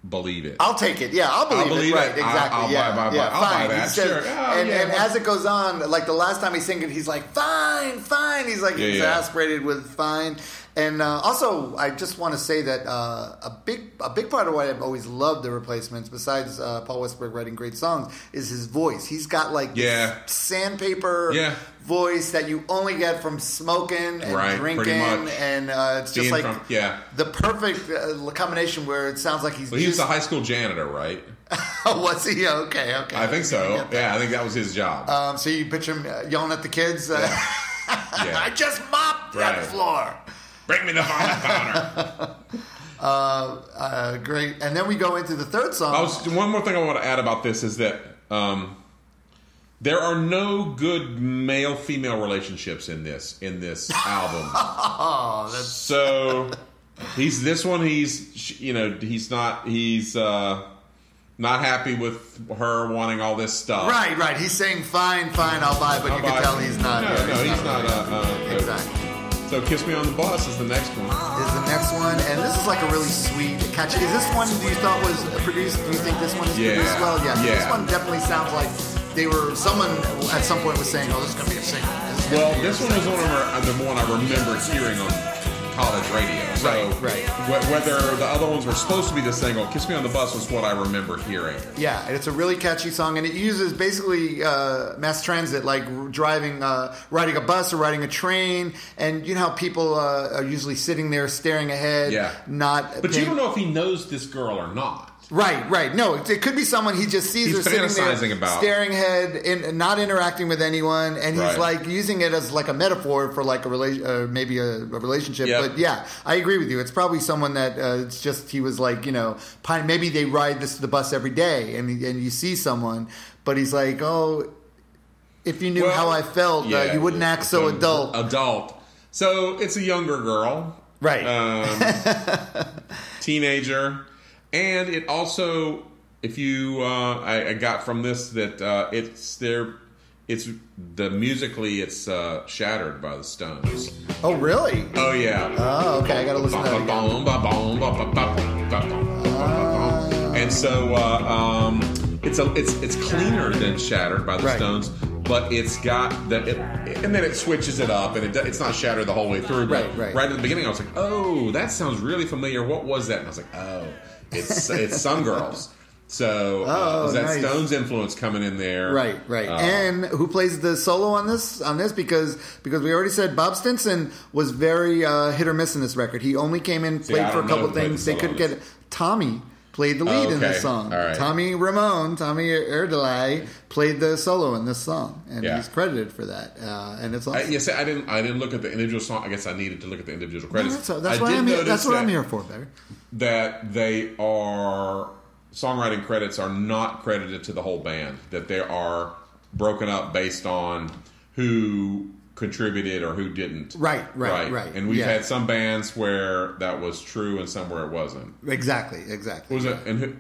S1: believe it.
S2: I'll take it. Yeah, I'll believe,
S1: believe
S2: it. Right,
S1: it.
S2: exactly.
S1: I'll- I'll
S2: yeah,
S1: buy- buy- buy-
S2: yeah,
S1: I'll
S2: fine.
S1: buy that.
S2: He says,
S1: Sure. Oh,
S2: and
S1: yeah,
S2: and
S1: well-
S2: as it goes on, like the last time he's singing, he's like, fine, fine. He's like
S1: Yeah, yeah.
S2: exasperated with fine. And uh, also, I just want to say that uh, a big a big part of why I've always loved the replacements, besides uh, Paul Westberg writing great songs, is his voice. He's got like this
S1: Yeah.
S2: sandpaper
S1: Yeah.
S2: voice that you only get from smoking and
S1: Right, pretty
S2: drinking,
S1: much.
S2: and uh, it's just
S1: Being
S2: like
S1: from- yeah.
S2: the perfect uh, combination where it sounds like he's
S1: Well, he was a
S2: just
S1: high school janitor, right?
S2: *laughs* Oh, was he? Okay, okay.
S1: I think so. Yeah, I think that was his job.
S2: Um, so you picture him uh, yelling at the kids. Uh,
S1: Yeah.
S2: *laughs* *laughs* I just mopped that
S1: Right.
S2: floor.
S1: Bring me the vomit powder.
S2: Uh, great. And then we go into the third song.
S1: I was, one more thing I want to add about this is that um, there are no good male female relationships in this in
S2: *laughs*
S1: this album.
S2: Oh,
S1: so he's this one. He's sh- you know he's not he's uh, not happy with her wanting all this stuff.
S2: right, right. He's saying fine, fine, I'll buy, but you can
S1: But-
S2: tell he's not.
S1: No, no, he's not. uh, uh,
S2: Exactly.
S1: So kiss me on the bus is the next one.
S2: Is the next one, and this is like a really sweet catch. Is this one you thought was produced? Do you think this one is
S1: Yeah.
S2: produced well? Yeah.
S1: Yeah.
S2: This one definitely sounds like they were. Someone at some point was saying, "Oh, this is gonna be a single." This is gonna
S1: Well,
S2: be a
S1: this one was one of our- uh, the one I remember hearing on college radio. So
S2: Right, right.
S1: wh- whether the other ones were supposed to be the single, "Kiss Me on the Bus" was what I remember hearing.
S2: Yeah, and it's a really catchy song, and it uses basically uh, mass transit, like r- driving, uh, riding a bus or riding a train, and you know how people uh, are usually sitting there staring ahead,
S1: Yeah.
S2: not.
S1: But you
S2: paying-
S1: don't know if he knows this girl or not.
S2: Right, right. No, it, it could be someone he just sees
S1: He's
S2: her sitting there,
S1: fantasizing about.
S2: staring head, and not interacting with anyone, and he's
S1: Right.
S2: like using it as like a metaphor for like a relation, uh, maybe a, a relationship.
S1: Yep.
S2: But yeah, I agree with you. It's probably someone that uh, it's just he was like you know pine- maybe they ride this the bus every day, and he- and you see someone, but he's like oh. If you knew
S1: Well,
S2: how I felt, uh,
S1: yeah,
S2: you wouldn't act so
S1: um,
S2: adult.
S1: Adult. So it's a younger girl,
S2: right. *laughs*
S1: um, teenager, and it also, if you, uh, I, I got from this that uh, it's their, it's the musically, it's uh, shattered by the Stones.
S2: oh, really?
S1: Oh yeah.
S2: Oh, okay. I got to listen to that again.
S1: And so uh, um, it's a it's it's cleaner than Shattered by the
S2: Right.
S1: Stones, but it's got the it, and then it switches it up and it, do- it's not Shattered the whole way through. But
S2: Right, right.
S1: at the beginning, I was like, oh, that sounds really familiar. What was that? And I was like, oh, it's
S2: *laughs*
S1: it's Some Girls. So uh,
S2: Oh,
S1: is that
S2: nice.
S1: Stones influence coming in there?
S2: Right, right.
S1: Uh,
S2: and who plays the solo on this? On this because because we already said Bob Stinson was very uh, hit or miss in this record. He only came in,
S1: I
S2: played for
S1: don't
S2: a couple
S1: know who played
S2: things.
S1: the
S2: They
S1: solo
S2: couldn't
S1: on
S2: get Tommy played the lead in
S1: Okay,
S2: this song.
S1: all right.
S2: Tommy Ramone, Tommy Erdelay played the solo in this song, and
S1: Yeah.
S2: he's credited for that. Uh, and it's
S1: I,
S2: awesome.
S1: yes, I didn't. I didn't look at the individual song. I guess I needed to look at the individual credits.
S2: That's, that's
S1: I
S2: what
S1: did
S2: I'm here.
S1: notice
S2: That's what I'm
S1: that-
S2: here for, Barry.
S1: that they are songwriting credits are not credited to the whole band that they are broken up based on who contributed or who didn't
S2: Right, right, right.
S1: and we've
S2: Yeah.
S1: had some bands where that was true and some where it wasn't
S2: Exactly, exactly.
S1: What was it and who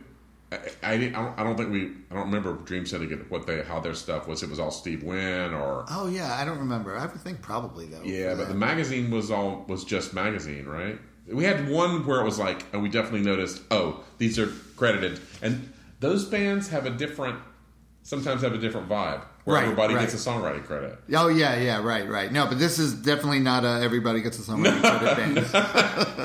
S1: I, I, didn't- I don't- I don't think we I don't remember Dream Syndicate what they how their stuff was it was all Steve Wynn or
S2: Oh yeah, I don't remember. I would think probably though.
S1: yeah but the
S2: Uh,
S1: magazine was all was just magazine right we had one where it was like and we definitely noticed oh these are credited and those bands have a different sometimes have a different vibe where
S2: Right,
S1: everybody
S2: right.
S1: gets a songwriting credit
S2: Oh yeah, yeah, right, right. No, but this is definitely not a everybody gets a song. credit band.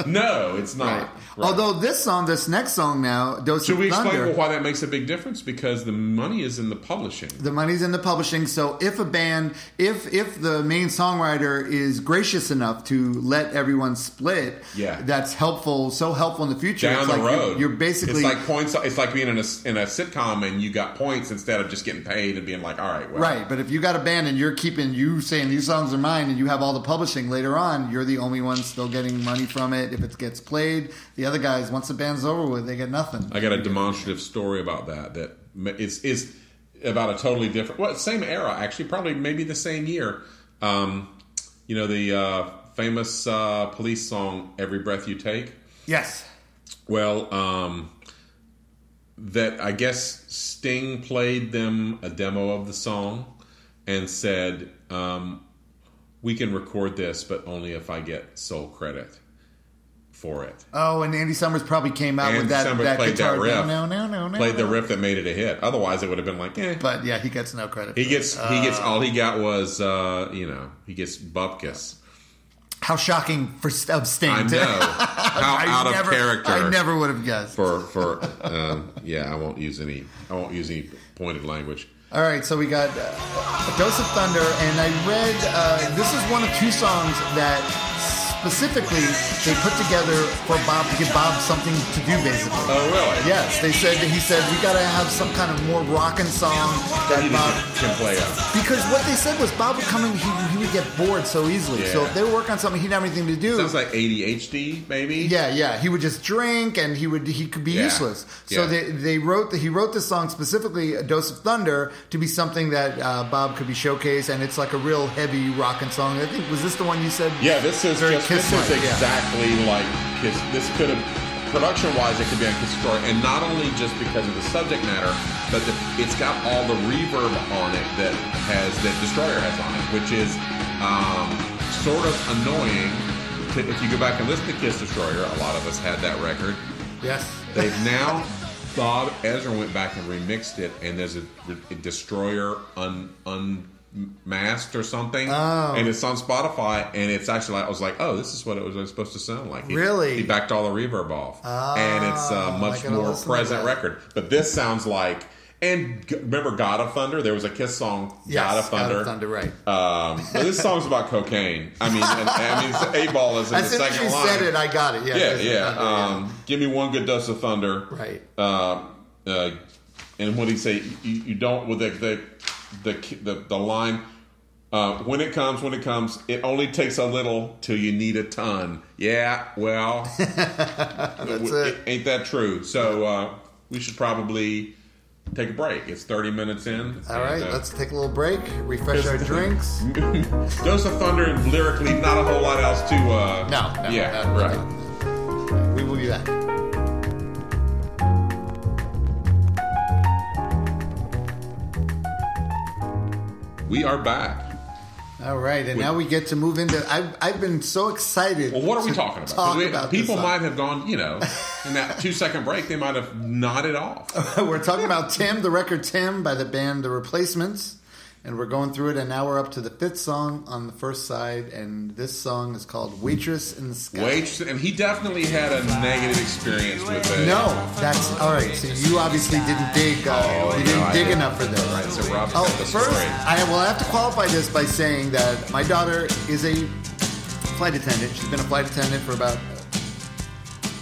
S1: no it's not
S2: Right.
S1: *laughs* Right.
S2: Although this song, this next song now, Dose
S1: should
S2: of
S1: we
S2: Thunder,
S1: explain well, why that makes a big difference because the money is in the publishing
S2: the money's in the publishing. So if a band, if if the main songwriter is gracious enough to let everyone split,
S1: Yeah.
S2: that's helpful. So helpful in the future.
S1: down
S2: it's
S1: the
S2: like
S1: road
S2: You're, you're basically
S1: it's like points it's like being in a, in a sitcom and you got points instead of just getting paid and being like all right well,
S2: right. But if you got a band and you're keeping you saying these songs are mine, and you have all the publishing later on, you're the only one still getting money from it. If it gets played, the other guys once the band's over with, they get nothing.
S1: I got a demonstrative story about that that ma- is is about a totally different, well, same era actually, probably maybe the same year. Um, you know the uh, famous uh, police song "Every Breath You Take."
S2: yes.
S1: Well, um, that I guess Sting played them a demo of the song and said, um, "We can record this, but only if I get sole credit for it."
S2: Oh, and Andy Summers probably came out
S1: Andy
S2: with that,
S1: Summers
S2: that
S1: played
S2: guitar.
S1: that riff.
S2: No, no, no, no.
S1: Played the
S2: no.
S1: riff that made it a hit. Otherwise, it would have been like, "Eh."
S2: But yeah, he gets no credit.
S1: He
S2: for
S1: gets
S2: it.
S1: he gets all he got was uh, you know he gets bupkis.
S2: how shocking for St- of Sting.
S1: I
S2: *laughs* to-
S1: know how
S2: I
S1: out
S2: never-
S1: of character
S2: I never would have guessed.
S1: for for um, yeah. I won't use any I won't use any pointed language.
S2: All right, so we got uh, a dose of thunder, and I read uh, this is one of two songs that specifically they put together for Bob to give Bob something to do basically.
S1: Oh, really?
S2: Yes, they said he said we got to have some kind of more rockin' song
S1: That
S2: that
S1: he
S2: Bob
S1: can- can play out.
S2: because what they said was Bob would come in he, he would get bored so easily. So
S1: Yeah.
S2: if they were working on something he'd have anything to do.
S1: Sounds like ADHD, maybe.
S2: Yeah, yeah. He would just drink, and he would he could be
S1: Yeah.
S2: useless. So
S1: Yeah.
S2: they they wrote the, he wrote this song specifically, "A Dose of Thunder," to be something that uh, Bob could be showcased, and it's like a real heavy rockin' song. I think was this the one you said?
S1: Yeah, this is
S2: Very
S1: just, this
S2: Kiss-like,
S1: is
S2: yeah.
S1: exactly like Kiss. This could have production-wise, it could be on Kiss Story, and not only just because of the subject matter, but the, it's got all the reverb on it that has that Destroyer has on it, which is um, sort of annoying. to- If you go back and listen to Kiss Destroyer, a lot of us had that record.
S2: Yes.
S1: They've now Bob Ezra went back and remixed it, and there's a, a Destroyer un, unmasked or something,
S2: Oh.
S1: and it's on Spotify, and it's actually like I was like, oh, this is what it was supposed to sound like. He-
S2: Really? Oh,
S1: he backed all the reverb off, and it's
S2: I
S1: a much
S2: gotta
S1: more
S2: listen to
S1: present
S2: that.
S1: record. But this sounds like. And g- remember God of Thunder? There was a Kiss song,
S2: *laughs* Yes,
S1: God of Thunder.
S2: Thunder, right?
S1: Um, but this song's about cocaine. I mean, and, I mean, it's- A-Ball is in
S2: As
S1: the
S2: soon as
S1: second
S2: you
S1: line.
S2: said it, I got it. Yeah,
S1: Yeah,
S2: Dose of
S1: yeah.
S2: Thunder,
S1: um, Give me one good dose of thunder.
S2: Right.
S1: Uh, uh, and what do you say? You, you don't with the the the the, the line. Uh, when it comes, when it comes, it only takes a little till you need a ton. Yeah, well,
S2: *laughs* that's
S1: w-
S2: it.
S1: ain't that true? So uh, we should probably take a break. It's thirty minutes in.
S2: All right,
S1: and, uh,
S2: let's take a little break, refresh our drinks.
S1: *laughs* Dose of thunder and lyrically, not a whole lot else to. Uh,
S2: No, no,
S1: yeah,
S2: no, no,
S1: right.
S2: no.
S1: Mm-hmm.
S2: We will be back.
S1: We are back.
S2: All right, and now we get to move into. I've, I've been so excited.
S1: Well, what are we
S2: to
S1: talking about? 'Cause
S2: Talk
S1: we-
S2: about this
S1: people
S2: song.
S1: might have gone, you know, in that two second break, they might have nodded
S2: *laughs*
S1: off.
S2: we're talking about Tim, the record Tim by the band The Replacements. And we're going through it, and now we're up to the fifth song on the first side. And this song is called Waitress in the Sky.
S1: Wait, and he definitely had a negative experience with it.
S2: No, that's all right. So you obviously didn't dig. Uh, you didn't
S1: Oh, I
S2: dig
S1: didn't.
S2: enough for this.
S1: Right, so Rob's
S2: Oh,
S1: got the
S2: first,
S1: story.
S2: I will have to qualify this by saying that my daughter is a flight attendant. She's been a flight attendant for about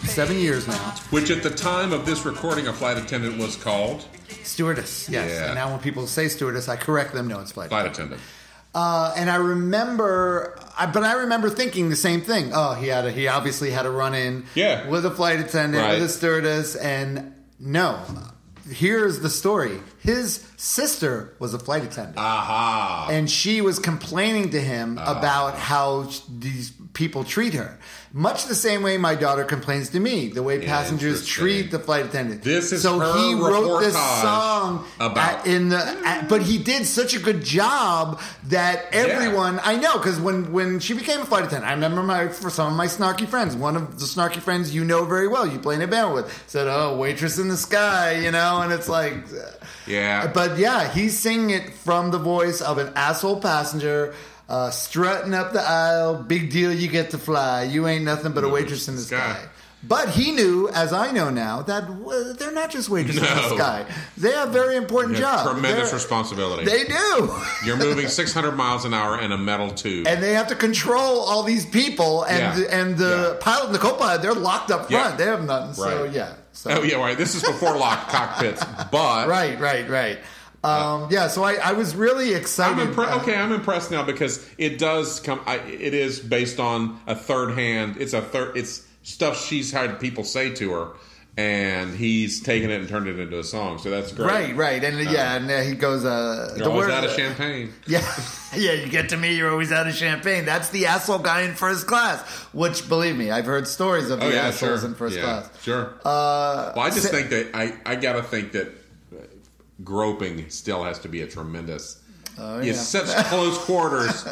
S2: seven years now.
S1: Which at the time of this recording, a flight attendant was called
S2: Stewardess, yes.
S1: Yeah.
S2: And now when people say stewardess, I correct them. No, it's flight.
S1: flight attendant.
S2: Uh, and I remember, I, but I remember thinking the same thing. Oh, he had a, he obviously had a run in
S1: Yeah.
S2: with a flight attendant,
S1: Right.
S2: with a stewardess, and no. Here's the story. His sister was a flight attendant,
S1: Aha!
S2: and she was complaining to him
S1: Uh-huh.
S2: about how sh- these people treat her, much the same way my daughter complains to me, the way passengers
S1: Interesting.
S2: treat the flight attendant.
S1: This is
S2: so
S1: her
S2: he wrote this
S1: reportage
S2: song
S1: about- Hmm.
S2: at- in the, at- but he did such a good job that everyone I know because when when she became a flight attendant, I remember my for some of my snarky friends. One of the snarky friends you know very well, you play in a band with, said, "Oh, waitress in the sky," you know, and it's like.
S1: Yeah.
S2: But yeah, he's singing it from the voice of an asshole passenger, uh, strutting up the aisle. Big deal, you get to fly. You ain't nothing but a waitress in the sky.
S1: Sky.
S2: But he knew, as I know now, that uh, they're not just waitresses in the
S1: No.
S2: sky. They have very important
S1: Yeah,
S2: jobs.
S1: Tremendous
S2: They're-
S1: responsibility.
S2: They do.
S1: You're moving 600 miles an hour in a metal tube.
S2: *laughs* And they have to control all these people, and
S1: Yeah.
S2: the, and the
S1: Yeah.
S2: pilot and the co-pilot, they're locked up
S1: Yeah.
S2: front. They have nothing. So
S1: Right.
S2: yeah. So.
S1: oh yeah, right. This is before locked
S2: *laughs*
S1: cockpits, but
S2: Right, right, right. Um, yeah, so I, I was really excited.
S1: I'm impre-
S2: uh,
S1: okay, I'm impressed now because it does come. I, it is based on a third hand. It's a third. It's stuff she's had people say to her, and he's taken it and turned it into a song. So that's great.
S2: Right, right, and uh, yeah, and uh, he goes. Uh,
S1: You're always
S2: word-
S1: out of champagne.
S2: *laughs* Yeah, yeah. You get to me, you're always out of champagne. That's the asshole guy in first class. Which, believe me, I've heard stories of
S1: Oh
S2: the
S1: yeah,
S2: assholes
S1: sure.
S2: in first
S1: yeah,
S2: class. Uh,
S1: Sure. well, I just think that I I gotta think that groping still has to be a tremendous.
S2: Oh, yeah.
S1: It's such close
S2: *laughs*
S1: quarters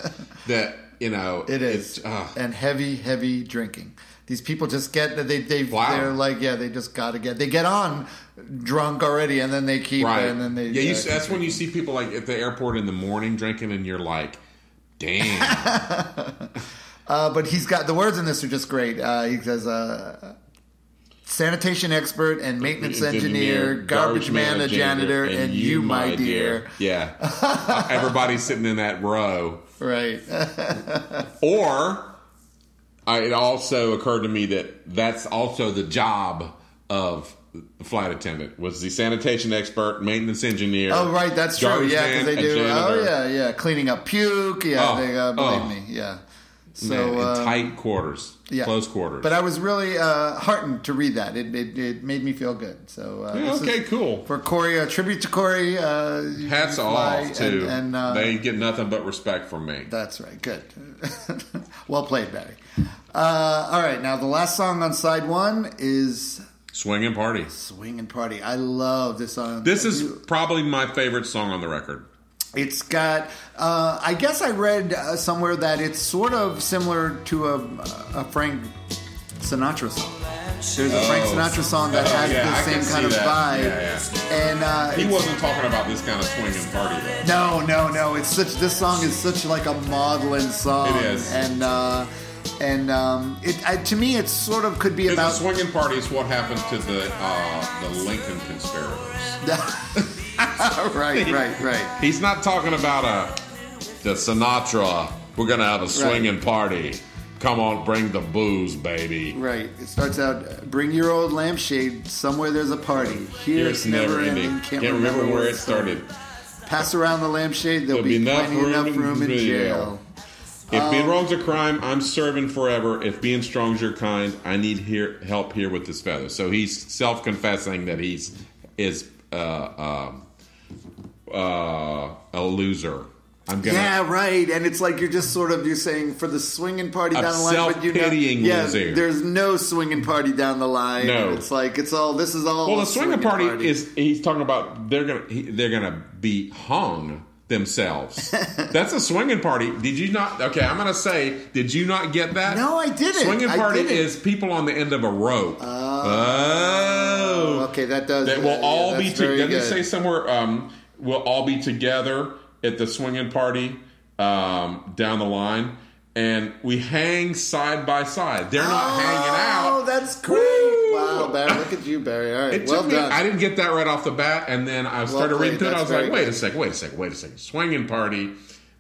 S1: that you know
S2: It is,
S1: It's, uh,
S2: and heavy, heavy drinking. These people just get that they they
S1: Wow.
S2: they're like yeah they just got to get they get on drunk already and then they keep
S1: right?
S2: and then they
S1: yeah, you,
S2: uh,
S1: s that's when you see people like at the airport in the morning drinking, and you're like, "Damn."
S2: *laughs* Uh, but he's got the words in this are just great. Uh, he says, uh, sanitation expert and maintenance engineer, garbage man, a janitor, and, you, my dear. *laughs*
S1: Yeah. Everybody's sitting in that row.
S2: Right.
S1: Or I, it also occurred to me that that's also the job of the flight attendant was the sanitation expert, maintenance engineer.
S2: *laughs* Oh, right, that's true.
S1: garbage
S2: Yeah,
S1: man,
S2: because they
S1: and
S2: do.
S1: janitor.
S2: Oh, yeah, yeah. Cleaning up puke. Yeah,
S1: Oh,
S2: they, uh, believe
S1: oh.
S2: me. Yeah. So,
S1: Man, in
S2: uh,
S1: tight quarters,
S2: yeah.
S1: close quarters.
S2: but I was really uh, heartened to read that. It, it, it made me feel good. So, uh,
S1: Yeah,
S2: this is
S1: okay, cool.
S2: for Corey, a tribute to Corey. Uh, you-
S1: Hats
S2: you fly,
S1: off to
S2: And, and, uh,
S1: they get nothing but respect from me.
S2: That's right. Good. *laughs* well played, Betty. Uh, all right. Now, the last song on side one is
S1: Swinging party.
S2: Swing and Party. I love this song.
S1: This is probably my favorite song on the record.
S2: It's got. Uh, I guess I read uh, somewhere that it's sort of similar to a, a Frank Sinatra song. There's a Frank
S1: Oh.
S2: Sinatra song that
S1: Oh,
S2: has
S1: yeah, I
S2: the
S1: can
S2: same kind
S1: see
S2: of
S1: that.
S2: vibe,
S1: Yeah,
S2: and uh,
S1: He
S2: it's-
S1: wasn't talking about this kind of swinging party though.
S2: no, no, no. It's such. This song is such like a maudlin song.
S1: It is.
S2: and uh, and um, it I, to me, it sort of could be
S1: Because
S2: about.
S1: the swinging party is what happened to the uh, the Lincoln conspirators.
S2: *laughs* right, right, right.
S1: He's not talking about a the Sinatra. We're gonna have a swinging party. Come on, bring the booze, baby.
S2: Right. It starts out, bring your old lampshade. Somewhere there's a party. Here,
S1: Here
S2: it's never, ending. Can't, remember,
S1: where it started.
S2: Pass around the lampshade. There'll, be, plenty enough room in jail.
S1: If
S2: Um,
S1: being wrong's a crime, I'm serving forever. If being strong's your kind, I need here help here with this feather. So he's self confessing that he's is uh, uh, uh, a loser. I'm gonna
S2: Yeah, right. And it's like you're just sort of you're saying for the swinging party
S1: A
S2: down the line, but you know,
S1: self-pitying
S2: yeah,
S1: loser.
S2: there's no swinging party down the line.
S1: No.
S2: it's like it's all this is all.
S1: Well,
S2: a
S1: the swinger party, is he's talking about they're gonna he, they're gonna be hung
S2: *laughs*
S1: themselves. That's a swinging party. Did you not? Okay, I'm gonna say, did you not get that?
S2: No, I didn't.
S1: Swinging
S2: I
S1: party
S2: didn't.
S1: is people on the end of a rope.
S2: Oh,
S1: oh,
S2: okay, that does.
S1: That will
S2: yeah,
S1: all
S2: that's
S1: be
S2: very
S1: together.
S2: good.
S1: Say somewhere, um, we'll all be together at the swinging party um, down the line, and we hang side by side. They're not hanging
S2: Oh,
S1: out.
S2: that's great!
S1: Woo!
S2: Wow, Barry, look at you, Barry. All right,
S1: It
S2: well
S1: took me,
S2: done.
S1: I didn't get that right off the bat, and then I started
S2: played.
S1: reading through it. I
S2: That's
S1: was like,
S2: very
S1: wait
S2: good.
S1: a second, wait a second, wait a second. Swinging party.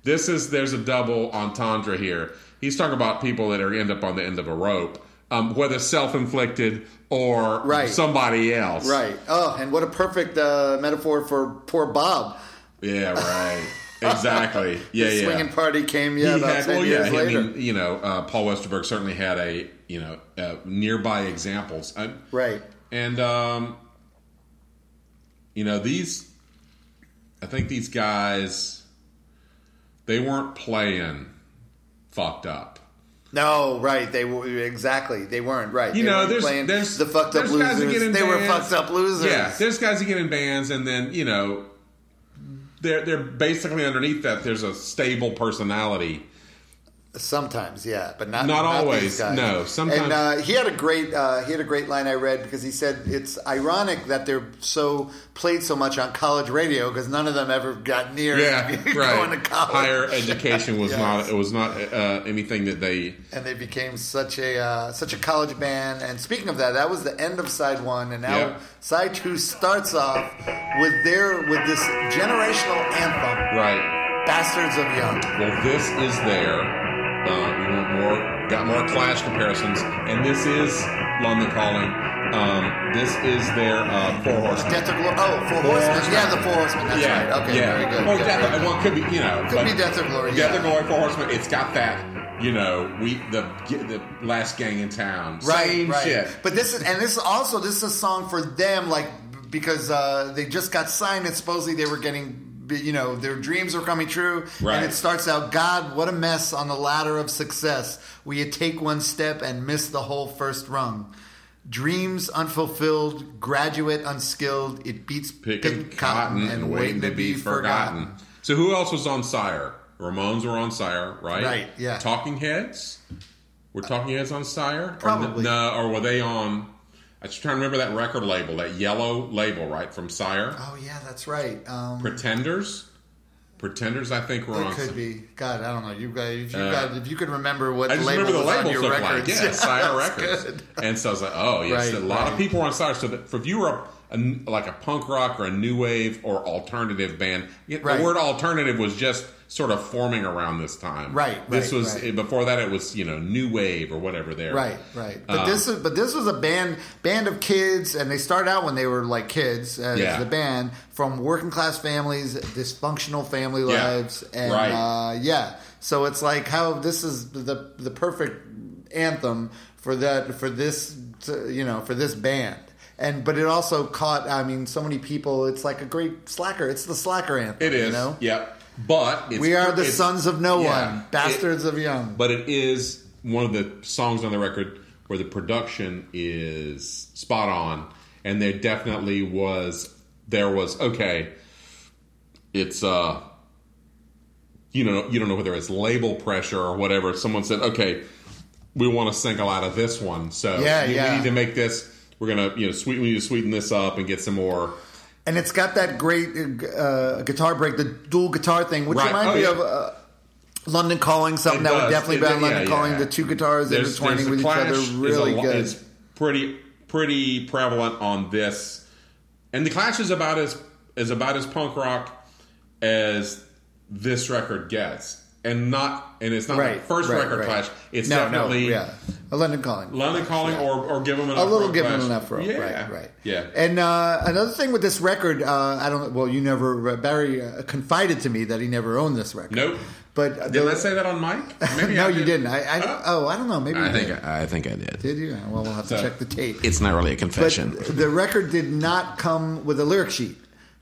S1: This is there's a double entendre here. He's talking about people that are end up on the end of a rope, um, whether self inflicted or
S2: Right.
S1: somebody else.
S2: Right. Oh, and what a perfect uh, metaphor for poor Bob.
S1: Yeah. Right.
S2: *laughs*
S1: exactly. Yeah.
S2: the
S1: yeah.
S2: swinging party came yeah
S1: He
S2: about
S1: had-
S2: ten
S1: well,
S2: years
S1: yeah,
S2: later.
S1: I mean, you know, uh, Paul Westerberg certainly had a you know uh, nearby examples. I,
S2: right.
S1: And um, you know these, I think these guys, they weren't playing fucked up.
S2: No, right. They were exactly. They weren't right.
S1: You
S2: they
S1: know,
S2: weren't
S1: there's-
S2: playing
S1: there's-
S2: the fucked up
S1: there's guys that
S2: losers.
S1: get in
S2: They were
S1: bands.
S2: fucked up losers.
S1: Yeah, there's guys that get in bands, and then you know, they're they're basically underneath that. There's a stable
S2: *laughs*
S1: personality.
S2: Sometimes, yeah, but not
S1: Not
S2: these
S1: always,
S2: guys.
S1: no, sometimes-
S2: And uh, he had a great uh, he had a great line I read because he said it's ironic that they're so played so much on college radio because none of them ever got near
S1: Yeah,
S2: *laughs* going
S1: right.
S2: to college.
S1: Higher education was
S2: *laughs* Yes.
S1: not it was not uh, anything that they
S2: and they became such a uh, such a college band. And speaking of that, that was the end of side one, and now
S1: Yeah.
S2: side two starts off with their with this generational anthem,
S1: right.
S2: "Bastards of Young."
S1: Well, this is there. Uh, we want more. Got more Clash comparisons, and this is London Calling. Um, this is their uh, Four Horsemen.
S2: Death of Glory. Oh, Four Horsemen.
S1: Horsemen.
S2: Yeah, the Four Horsemen. That's right. Okay,
S1: yeah.
S2: very good.
S1: Or
S2: good,
S1: Death,
S2: very good.
S1: well, it could be you know.
S2: Could be Death of Glory,
S1: Death
S2: yeah.
S1: of Glory, Four Horsemen. It's got that. You know, we the the last gang in town.
S2: Right,
S1: Same
S2: right.
S1: shit.
S2: But this is, and this is also this is a song for them, like because uh, they just got signed and supposedly they were getting. You know, their dreams were coming true.
S1: Right.
S2: And it starts out, God, what a mess on the ladder of success. We you take one step and miss the whole first rung? Dreams unfulfilled, graduate unskilled, it beats
S1: picking cotton and waiting to be forgotten. So who else was on Sire? Ramones were on Sire, right?
S2: Right, yeah.
S1: Talking Heads? Were Talking Heads on Sire?
S2: Probably.
S1: Or, no, or were they on... I just trying to remember that record label, that yellow label, right, from Sire?
S2: Oh, yeah, that's right. Um,
S1: Pretenders? Pretenders, I think, were on...
S2: it could be. God, I don't know. You guys, if you,
S1: Uh,
S2: got, if you could remember what
S1: I just
S2: label
S1: remember the
S2: was on
S1: labels
S2: your
S1: looked like,
S2: records.
S1: yeah,
S2: *laughs* Yeah,
S1: Sire
S2: that's
S1: Records.
S2: good.
S1: *laughs* And so I was like, oh, yes,
S2: Right,
S1: a lot
S2: right.
S1: of people were on Sire. So that if you were a, a, like a punk rock or a new wave or alternative band, the
S2: Right.
S1: word alternative was just sort of forming around this time.
S2: Right,
S1: This
S2: right,
S1: was
S2: right.
S1: before that. It was you know new wave or whatever. There.
S2: Right, right. But
S1: Um,
S2: this is but this was a band band of kids, and they started out when they were like kids uh, as
S1: Yeah.
S2: the band from working class families, dysfunctional family
S1: Yeah,
S2: lives, and
S1: right.
S2: uh, yeah. So it's like how this is the the perfect anthem for that for this uh, you know for this band. And but it also caught. I mean, so many people. It's like a great slacker. It's the slacker anthem.
S1: It is.
S2: You know?
S1: Yep. But it's,
S2: We are the
S1: it's-
S2: sons of no
S1: yeah.
S2: one,
S1: It-
S2: bastards of young.
S1: but it is one of the songs on the record where the production is spot on and there definitely was there was okay it's uh you know you don't know whether it's label pressure or whatever someone said okay we want to single out of this one so
S2: Yeah,
S1: we,
S2: yeah.
S1: we need to make this we're gonna you know sweet we need to sweeten this up and get some more
S2: And it's got that great uh, guitar break, the dual guitar thing, which
S1: Right.
S2: reminds
S1: Oh,
S2: me
S1: yeah.
S2: of uh, London Calling, something
S1: It
S2: that would
S1: does.
S2: definitely
S1: It-
S2: be on
S1: yeah,
S2: London
S1: yeah,
S2: Calling,
S1: yeah.
S2: the two guitars intertwining
S1: the
S2: with each other.
S1: Clash is
S2: Really
S1: a lo-
S2: good.
S1: is pretty pretty prevalent on this, and the Clash is about as is about as punk rock as this record gets, and not and it's not
S2: Right,
S1: the first
S2: right,
S1: record
S2: right.
S1: Clash. It's
S2: no,
S1: definitely
S2: no, yeah. A London Calling.
S1: London Calling or or Give 'Em an
S2: a little
S1: Uproar
S2: given
S1: Clash.
S2: enough for
S1: yeah,
S2: right, right.
S1: yeah.
S2: And uh, another thing with this record, uh, I don't. Well, you never Barry uh, confided to me that he never owned this record.
S1: nope.
S2: But uh,
S1: Did
S2: the-
S1: I say that on Mike?
S2: *laughs*
S1: Maybe
S2: no,
S1: I
S2: you didn't. I, I oh, I don't know. Maybe you
S3: I think
S2: did.
S3: I think I did.
S2: did you? Well, we'll have to
S1: So-
S2: check the tape.
S3: It's not really a
S2: But
S3: confession.
S2: the record did not come with a lyric sheet.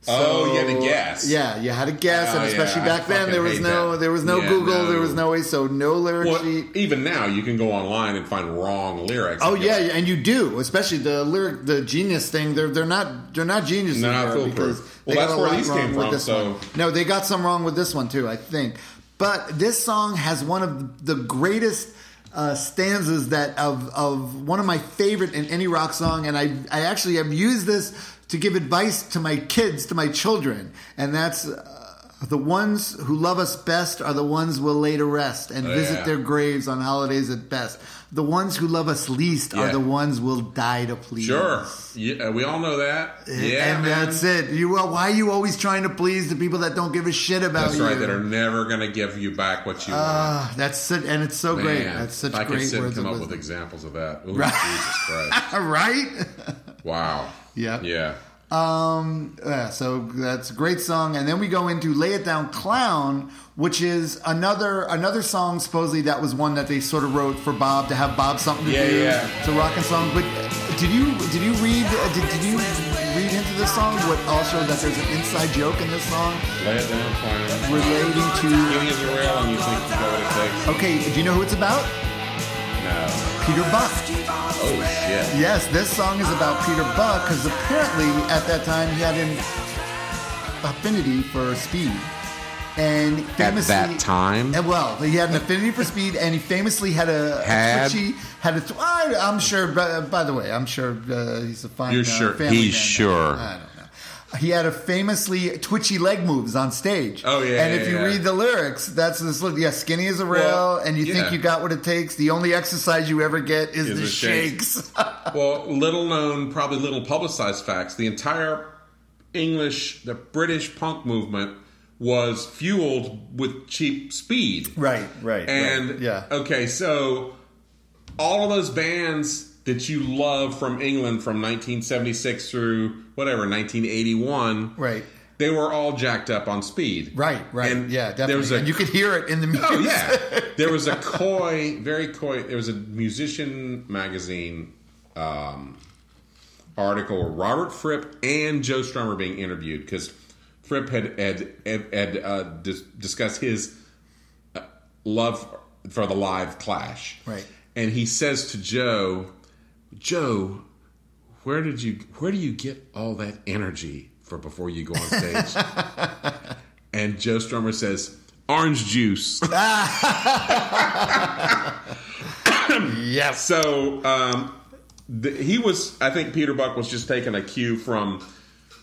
S1: Oh, you had to guess.
S2: Yeah, you had to guess,
S1: Oh,
S2: and especially
S1: yeah, I
S2: back then
S1: fucking
S2: there was
S1: hate
S2: no
S1: that.
S2: there was no
S1: Yeah,
S2: Google,
S1: no.
S2: there was no way, so no lyric
S1: Well,
S2: sheet.
S1: even now you can go online and find wrong lyrics.
S2: Oh
S1: and go,
S2: yeah, and you do, especially the lyric, the genius thing. They're they're not they're not geniuses.
S1: They're not
S2: there
S1: foolproof.
S2: because
S1: Well,
S2: they
S1: that's
S2: got a
S1: where
S2: lot
S1: these
S2: wrong
S1: came
S2: with
S1: from,
S2: This
S1: so-
S2: one. No, they got some wrong with this one too, I think. But this song has one of the greatest uh, stanzas that of of one of my favorite in any rock song, and I I actually have used this to give advice to my kids, to my children, and that's. Uh, the ones who love us best are the ones we'll lay to rest and
S1: Oh,
S2: visit
S1: yeah.
S2: their graves on holidays at best. The ones who love us least are
S1: Yeah.
S2: the ones we'll die to please.
S1: Sure. Yeah, we all know that. Yeah, man.
S2: and that's it. You well, why are you always trying to please the people that don't give a shit about
S1: That's
S2: you?
S1: right. That are never going to give you back what you want.
S2: Ah, that's it, and it's so
S1: Man,
S2: great. That's such
S1: if I could
S2: great
S1: sit and
S2: words
S1: come up
S2: of wisdom.
S1: with examples of that. Ooh, Jesus Christ!
S2: *laughs* right?
S1: Wow.
S2: Yeah.
S1: Yeah.
S2: Um, yeah, so that's a great song, and then we go into "Lay It Down, Clown," which is another another song. Supposedly, that was one that they sort of wrote for Bob to have Bob something to
S1: Yeah,
S2: do
S1: yeah.
S2: to rock and song. But did you did you read uh, did, did you read into this song? What also that there's an inside joke in this song
S1: Lay it down, clown.
S2: relating to?
S1: Everything is real, and you think you know what it takes.
S2: Okay, do you know who it's about?
S1: No.
S2: Peter Buck.
S1: Oh shit.
S2: Yes, this song is about Peter Buck because apparently at that time he had an affinity for speed. And famously,
S3: that time?
S2: and well, he had an affinity for speed, and he famously had a, a
S3: Had?
S2: twitchy, had a. Tw- I, I'm sure. By, by the way, I'm sure uh, he's a fine.
S1: You're
S2: uh,
S1: sure-
S2: family
S3: he's
S2: man.
S3: sure.
S2: I don't know. He had a famously twitchy leg moves on stage.
S1: Oh, yeah,
S2: And
S1: yeah,
S2: if you
S1: yeah.
S2: read the lyrics, that's this. look. Yeah, skinny as a rail,
S1: Well,
S2: and you think
S1: yeah.
S2: you got what it takes. The only exercise you ever get
S1: Is
S2: is, the
S1: the shakes.
S2: shakes. *laughs*
S1: Well, little known, probably little publicized facts. The entire English, the British punk movement was fueled with cheap speed.
S2: Right, right.
S1: And
S2: right. yeah.
S1: okay, so all of those bands that you love from England from 1976 through whatever 1981,
S2: Right.
S1: They were all jacked up on speed,
S2: Right, right.
S1: And
S2: yeah,
S1: There
S2: definitely.
S1: was a
S2: and you could hear it in the
S1: *laughs*
S2: music.
S1: oh yeah, there was a coy, very coy. There was a musician magazine um, article where Robert Fripp and Joe Strummer were being interviewed because Fripp had had, had, had, uh, dis- discussed his uh, love for the live Clash,
S2: Right.
S1: And he says to Joe, Joe, where did you where do you get all that energy for before you go on *laughs* stage? and Joe Strummer says, "Orange juice."
S2: *laughs*
S1: *laughs*
S2: Yes.
S1: So um, th- he was. I think Peter Buck was just taking a cue from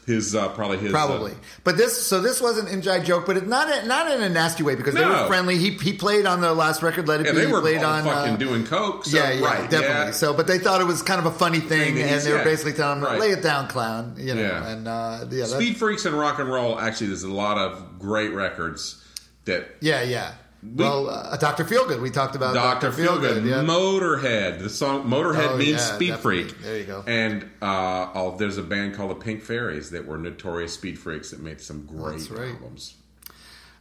S1: his uh, probably his uh,
S2: Probably. But this so this was an inside joke, but it's not a, not in a nasty way because they
S1: No.
S2: were friendly. He he played on their last record, Let It
S1: yeah,
S2: Be.
S1: they
S2: He
S1: were
S2: played
S1: all
S2: on
S1: fucking
S2: uh,
S1: doing coke. So,
S2: yeah, yeah,
S1: right,
S2: definitely.
S1: yeah.
S2: So, but they thought it was kind of a funny thing,
S1: that
S2: and
S1: he's-
S2: they were
S1: yeah,
S2: basically telling him,
S1: right.
S2: "Lay it down, clown," you know.
S1: Yeah.
S2: And uh, yeah, that's-
S1: Speed Freaks and Rock and Roll. Actually, there's a lot of great records that
S2: Yeah, yeah. well, uh, Dr. Feelgood. We talked about
S1: Dr. Feelgood,
S2: Yeah.
S1: Motorhead. The song Motorhead
S2: Oh,
S1: means
S2: yeah,
S1: Speed
S2: definitely.
S1: Freak.
S2: There you go.
S1: And uh, oh, there's a band called the Pink Fairies that were notorious Speed Freaks that made some great
S2: That's right.
S1: albums.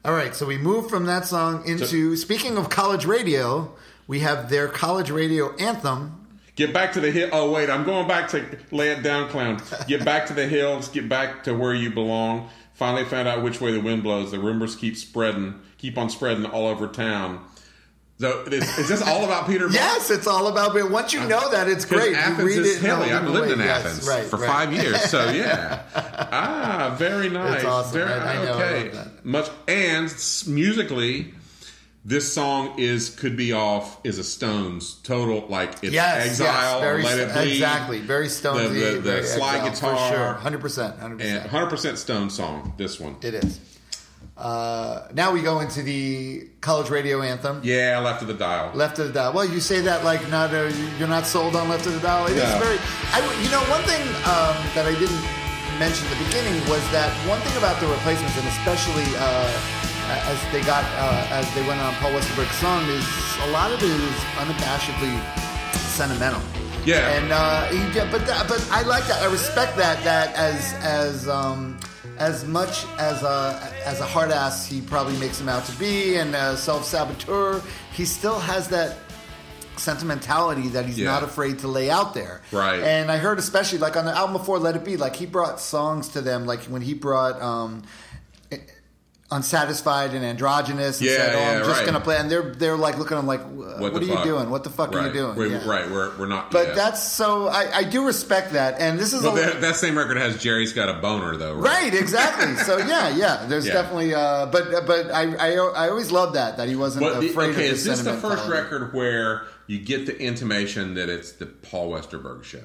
S2: All right, so we move from that song into speaking of college radio, we have their college radio anthem.
S1: Get back to the hill. Oh wait, I'm going back to lay it down, clown. Get back to the hills. Get back to where you belong. Finally found out which way the wind blows. The rumors keep spreading, keep on spreading all over town. So is, is this all about Peter?
S2: Yes, it's all about but once you know that it's great. You
S1: Uh, Athens
S2: read
S1: is
S2: it in all
S1: hilly. I've
S2: different
S1: lived in
S2: ways. Yes,
S1: Athens
S2: right,
S1: for
S2: right.
S1: five years, so
S2: *laughs*
S1: yeah. ah, very nice.
S2: It's awesome.
S1: Very,
S2: I- I know, I
S1: okay.
S2: love that.
S1: Much and s- musically, this song is could be off is a Stones total like it's
S2: Yes,
S1: exile,
S2: yes, very
S1: let it bleed,
S2: exactly, very stonesy,
S1: The- the- the
S2: very
S1: slide
S2: Exile,
S1: guitar.
S2: for sure, hundred percent,
S1: and
S2: hundred percent,
S1: 100 percent Stone song. This one,
S2: it is. Uh, now we go into the college radio anthem.
S1: yeah, left of the dial.
S2: Left of the Dial. Well, you say that like not uh you're not sold on Left of the Dial. It's
S1: No.
S2: very. I, you know, one thing um, that I didn't mention at the beginning was that one thing about the replacements, and especially uh, as they got uh, as they went on Paul Westerberg's song, is a lot of it is unabashedly sentimental.
S1: Yeah.
S2: And uh, he, yeah, but that, but I like that. I respect that. That as as um, as much as a as a hard ass he probably makes him out to be, and a self saboteur, he still has that sentimentality that he's
S1: Yeah.
S2: not afraid to lay out there.
S1: Right.
S2: And I heard especially like on the album before Let It Be, like he brought songs to them, like when he brought. Um, Unsatisfied and androgynous, and
S1: Yeah,
S2: said, "Oh, I'm
S1: yeah,
S2: just
S1: right.
S2: gonna play," and they're they're like looking at him like, "What,
S1: the
S2: what are you
S1: fuck?
S2: doing? What the fuck
S1: right.
S2: are you doing?"
S1: We're,
S2: Yeah.
S1: Right, we're, we're not.
S2: But
S1: yeah.
S2: that's so I, I do respect that, and this is
S1: But
S2: a,
S1: that, that same record has Jerry's got a boner though, right?
S2: *laughs* right, exactly. so yeah, yeah. There's
S1: Yeah.
S2: definitely, uh, but but I, I I always loved that that he wasn't
S1: But the-
S2: afraid
S1: okay,
S2: of
S1: is
S2: the
S1: this the first
S2: sentimentality.
S1: record where you get the intimation that it's the Paul Westerberg show?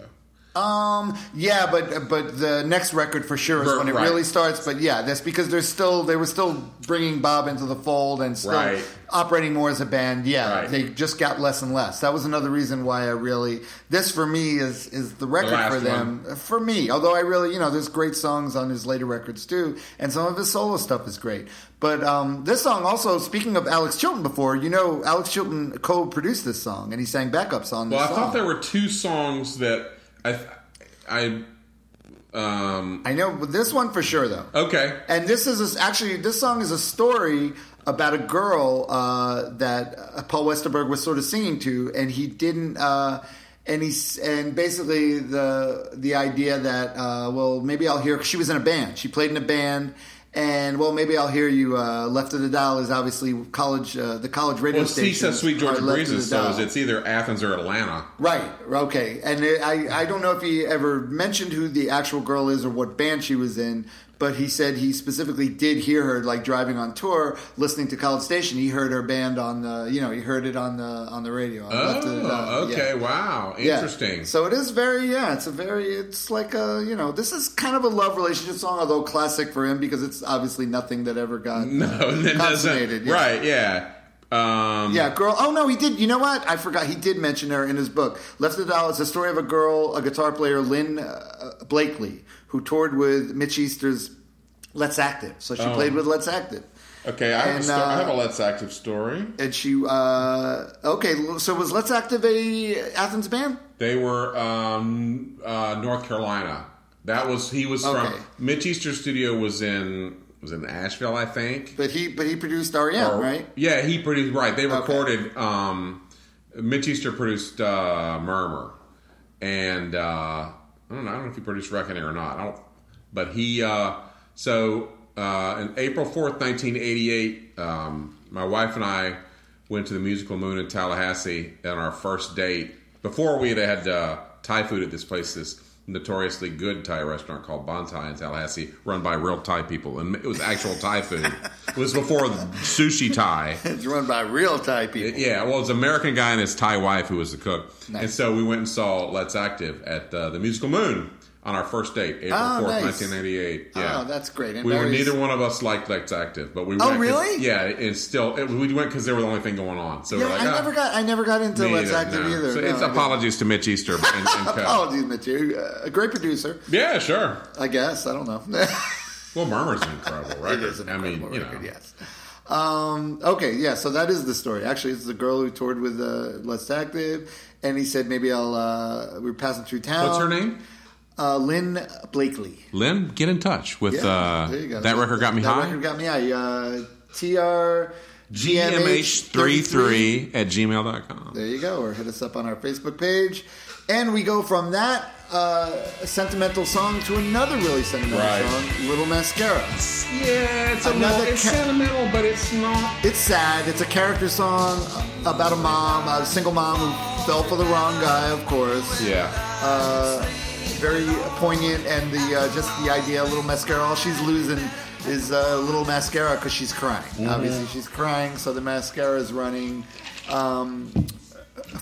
S2: Yeah, but but the next record for sure is
S1: Ver-
S2: when it
S1: right.
S2: really starts. But yeah, that's because they're still they were still bringing Bob into the fold and still
S1: Right.
S2: operating more as a band. Yeah,
S1: Right.
S2: they just got less and less. That was another reason why I really this for me is is the record
S1: last
S2: for them for me. Although I really you know there's great songs on his later records too, and some of his solo stuff is great. But um, this song also speaking of Alex Chilton before you know Alex Chilton co-produced this song and he sang backups on.
S1: Well, I
S2: this song.
S1: thought there were two songs that I, I, um,
S2: I know but this one for sure though.
S1: okay,
S2: And this is a, actually this song is a story about a girl uh, that uh, Paul Westerberg was sort of singing to, and he didn't. Uh, and he s- and basically the the idea that uh, well maybe I'll hear 'cause she was in a band she played in a band and well maybe I'll hear you uh, left of the dial is obviously college uh, the college radio
S1: well, C
S2: station uh,
S1: says Sweet Georgia Breezes, so
S2: dial.
S1: is it's either Athens or Atlanta.
S2: Right. Okay. And it, I I don't know if he ever mentioned who the actual girl is or what band she was in, but he said he specifically did hear her like driving on tour, listening to College Station. He heard her band on the you know he heard it on the on the radio. On Left It
S1: Oh,
S2: Up. Yeah.
S1: okay, wow,
S2: Yeah.
S1: interesting.
S2: So it is very yeah. It's a very it's like a you know this is kind of a love relationship song, although classic for him because it's obviously nothing that ever
S1: *laughs*
S2: got
S1: no, and then doesn't
S2: Consummated, yeah.
S1: right, yeah, um,
S2: Yeah, girl. Oh no, he did. You know what? I forgot. He did mention her in his book. Left the Doll is the story of a girl, a guitar player, Lynn uh, Blakely, who toured with Mitch Easter's Let's Active. So she
S1: Oh.
S2: played with Let's Active,
S1: Okay, I have, a
S2: And,
S1: sto- I
S2: uh,
S1: have a Let's Active story.
S2: and she uh, okay. So was Let's Active a Athens band?
S1: They were um, uh, North Carolina. That was he was
S2: Okay.
S1: from Mitch Easter's studio was in was in Asheville, I think.
S2: But he but he produced REM,
S1: Or- *laughs*
S2: right?
S1: Yeah, he produced. Right, they
S2: Okay.
S1: recorded. Um, Mitch Easter produced uh, "Murmur," and uh, I don't know. I don't know if he produced "Reckoning" or not. I don't. But he uh, so uh, in April fourth, nineteen eighty-eight, um, my wife and I went to the musical Moon in Tallahassee on our first date. Before we had had uh, Thai food at this place, this notoriously good Thai restaurant called Bontai in Tallahassee, run by real Thai people, and it was actual Thai food. It was before sushi Thai.
S2: It's run by real Thai people.
S1: Yeah, well, it was an American guy and his Thai wife who was the cook.
S2: Nice.
S1: And so we went and saw Let's Active at uh, the Musical Moon on our first date, April 4th,
S2: Oh, nice.
S1: 1998. Yeah.
S2: Oh, that's great. And
S1: we were
S2: Barry's-
S1: neither one of us liked Let's Active, but we
S2: Oh,
S1: went 'cause-
S2: really?
S1: yeah, it's still it, we went because they were the only thing going on. So
S2: Yeah,
S1: we're like,
S2: I
S1: ah,
S2: never got I never got into
S1: me
S2: Let's
S1: neither,
S2: Active
S1: no.
S2: either.
S1: So it's
S2: No, I didn't. Oh.
S1: apologies to Mitch Easter and,
S2: *laughs*
S1: and co.
S2: Apologies, Mitch. You're, uh, A great producer,
S1: Yeah, sure.
S2: I guess. I don't know. *laughs*
S1: Well, Murmur's an incredible record.
S2: It is an
S1: I mean,
S2: incredible
S1: you know,
S2: record, yes. Um, okay, yeah, so that is the story. Actually, it's the girl who toured with uh, Let's Active, and he said, maybe I'll, uh, we're passing through town.
S1: What's her name?
S2: Uh, Lynn Blakely.
S1: Lynn, get in touch with uh,
S2: there you go.
S1: that record got me
S2: that
S1: high.
S2: record got me high. Uh, TR.
S1: GMH33 at gmail.com.
S2: There you go. Or hit us up on our Facebook page. And we go from that uh, sentimental song to another really sentimental
S1: Right.
S2: song, Little Mascara.
S1: Yeah, it's a
S2: Another
S1: little, it's
S2: ca-
S1: sentimental, but it's not.
S2: It's sad. It's a character song about a mom, a single mom who fell for the wrong guy, of course.
S1: Yeah,
S2: Uh, very poignant, and the uh, just the idea, little mascara. All she's losing is uh, little mascara because she's crying. Obviously, she's crying, so the mascara is running. Um,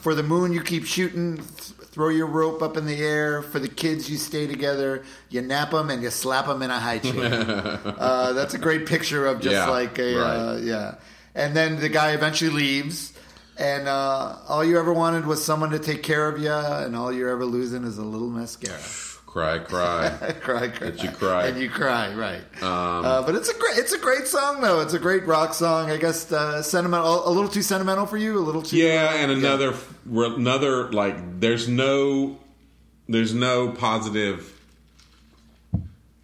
S2: for the moon, you keep shooting. Th- throw your rope up in the air. For the kids, you stay together. You nap them and you slap them in a high chair.
S1: *laughs*
S2: Uh, that's a great picture of just
S1: Yeah,
S2: like a uh,
S1: right.
S2: yeah. And then the guy eventually leaves, and uh, all you ever wanted was someone to take care of you, and all you're ever losing is a little mascara. *laughs*
S1: cry, cry.
S2: cry, cry,
S1: That you cry. Um,
S2: and you cry, right? uh, but it's a great, it's a great song though. It's a great rock song. I guess uh, sentimental, a little too sentimental for you, a little too uh,
S1: yeah, and another, another like. There's no, there's no positive.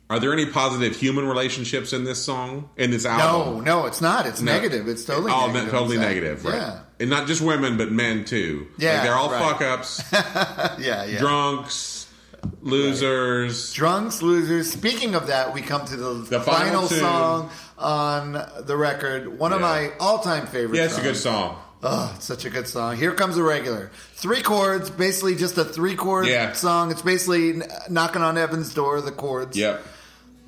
S1: Are there any positive human relationships in this song? In this
S2: No,
S1: album?
S2: no, it's not. It's negative. It's totally
S1: all
S2: negative.
S1: totally
S2: Exactly.
S1: negative, right? And not just women, but men too. Like,
S2: Yeah,
S1: they're all
S2: right.
S1: fuck
S2: *laughs*
S1: ups,
S2: Yeah, yeah, yeah.
S1: drunks, losers.
S2: Drunks, losers. Speaking of that, we come to the,
S1: The final
S2: final,
S1: tune.
S2: song on the record. One of
S1: Yeah.
S2: my all-time favorites.
S1: Yeah, it's a good song.
S2: Oh, it's such a good song. Here comes a regular. Three chords, basically just a three-chord
S1: Yeah.
S2: song. It's basically kn- knocking on Evan's door. The chords.
S1: Yep.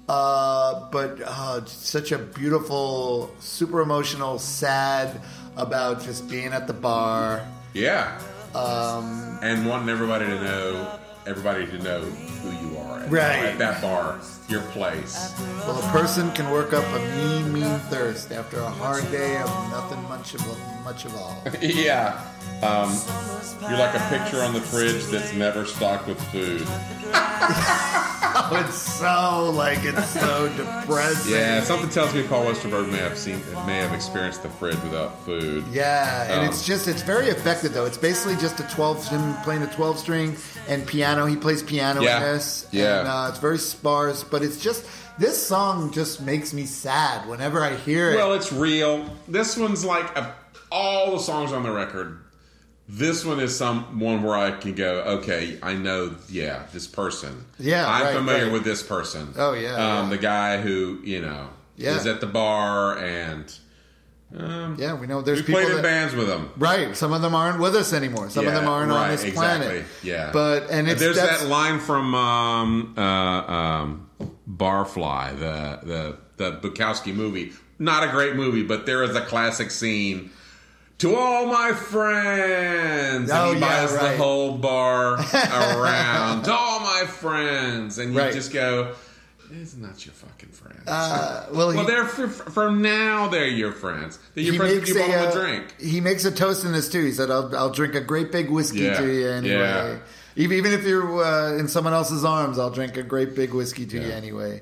S2: Uh, but uh, such a beautiful, super emotional, sad about just being at the bar.
S1: Yeah. Um, and wanting everybody to know, everybody to know who you are. At,
S2: Right.
S1: At that bar, your place.
S2: Well, a person can work up a mean, mean thirst after a hard day of nothing much of much of
S1: *laughs*
S2: all.
S1: *laughs* yeah. Um, you're like a picture on the fridge that's never stocked with food.
S2: Oh, it's so like it's *laughs* so depressing.
S1: Yeah, something tells me Paul Westerberg may have seen, may have experienced the fridge without food.
S2: Yeah, and
S1: Um,
S2: it's just it's very effective though. It's basically just a twelve him playing a twelve string and piano. He plays piano
S1: Yeah.
S2: in this.
S1: Yeah.
S2: and, uh, it's very sparse, but it's just this song just makes me sad whenever I hear it.
S1: Well, it's real. This one's like a, all the songs on the record. This one is some one where I can go, okay, I know, yeah, this person.
S2: Yeah,
S1: I'm
S2: right,
S1: familiar
S2: right.
S1: with this person.
S2: Oh, yeah,
S1: um,
S2: yeah.
S1: the guy who you know
S2: Yeah.
S1: is at the bar and um,
S2: yeah, we know there's
S1: we
S2: people
S1: played in
S2: that-
S1: bands with him.
S2: Right, some of them aren't with us anymore. Some of
S1: Yeah,
S2: them aren't on
S1: right,
S2: this planet.
S1: exactly, yeah.
S2: but and it's
S1: There's
S2: that's-
S1: that line from um, uh, um, Barfly, the the the Bukowski movie. Not a great movie, but there is a classic scene. To all my friends,
S2: Oh,
S1: and he
S2: yeah,
S1: buys the
S2: right.
S1: whole
S2: *laughs*
S1: bar around. to all my friends, and you
S2: Right.
S1: just go, "It's not your fucking friends."
S2: Uh, well, he,
S1: well, they're f- from now. They're your friends. They're your
S2: he
S1: friends. if
S2: makes
S1: You bought
S2: a,
S1: them a
S2: uh,
S1: drink.
S2: He makes a toast in this too. He said, "I'll, I'll drink a great big whiskey
S1: Yeah,
S2: to you anyway.
S1: yeah.
S2: Even, even if you're uh, in someone else's arms, I'll drink a great big whiskey to you anyway."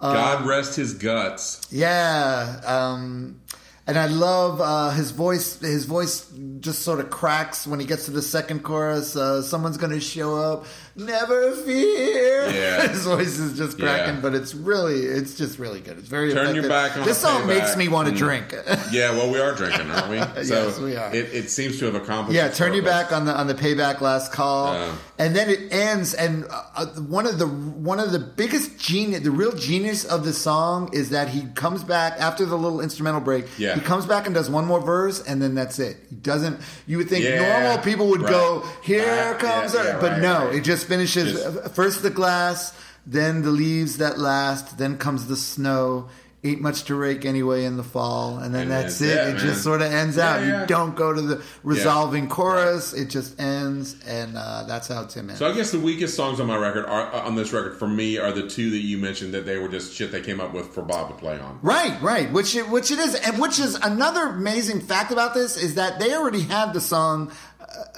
S2: uh,
S1: God rest his guts.
S2: Yeah, um, and I love uh, his voice. His voice just sort of cracks when he gets to the second chorus. Uh, someone's going to show up. Never fear.
S1: Yeah.
S2: *laughs* his voice is just cracking,
S1: Yeah.
S2: but it's really, it's just really good. It's very
S1: Turn your
S2: effective.
S1: back on
S2: this
S1: the
S2: song makes
S1: payback.
S2: me want to
S1: Mm. *laughs*
S2: drink.
S1: Yeah, well, we are drinking, aren't we?
S2: *laughs* Yes, we are.
S1: It, it seems to have accomplished.
S2: Yeah,
S1: its
S2: turn you
S1: purpose.
S2: back on the on the payback last call,
S1: Yeah.
S2: and then it ends. And uh, uh, one of the one of the biggest genius, the real genius of the song is that he comes back after the little instrumental break.
S1: Yeah.
S2: he comes back and does one more verse, and then that's it. He doesn't. You would think
S1: Yeah,
S2: normal people would
S1: right.
S2: go, "Here
S1: Back,
S2: comes,"
S1: yeah,
S2: our-"
S1: yeah,
S2: but
S1: right,
S2: no,
S1: right.
S2: it just finishes uh,
S1: Just-
S2: first the glass, then the leaves that last, then comes the snow. Ain't much to rake anyway in the fall, and then
S1: And
S2: that's,
S1: that's
S2: it.
S1: it,
S2: It,
S1: man.
S2: just sort of ends
S1: Yeah,
S2: out. You
S1: yeah.
S2: don't don't go to the resolving chorus. It just ends, and uh, that's how Tim ends.
S1: So I guess the weakest songs on my record are uh, on this record for me are the two that you mentioned that they were just shit they came up with for Bob to play on.
S2: right, right. Which it, which it is, and which is another amazing fact about this is that they already had the song.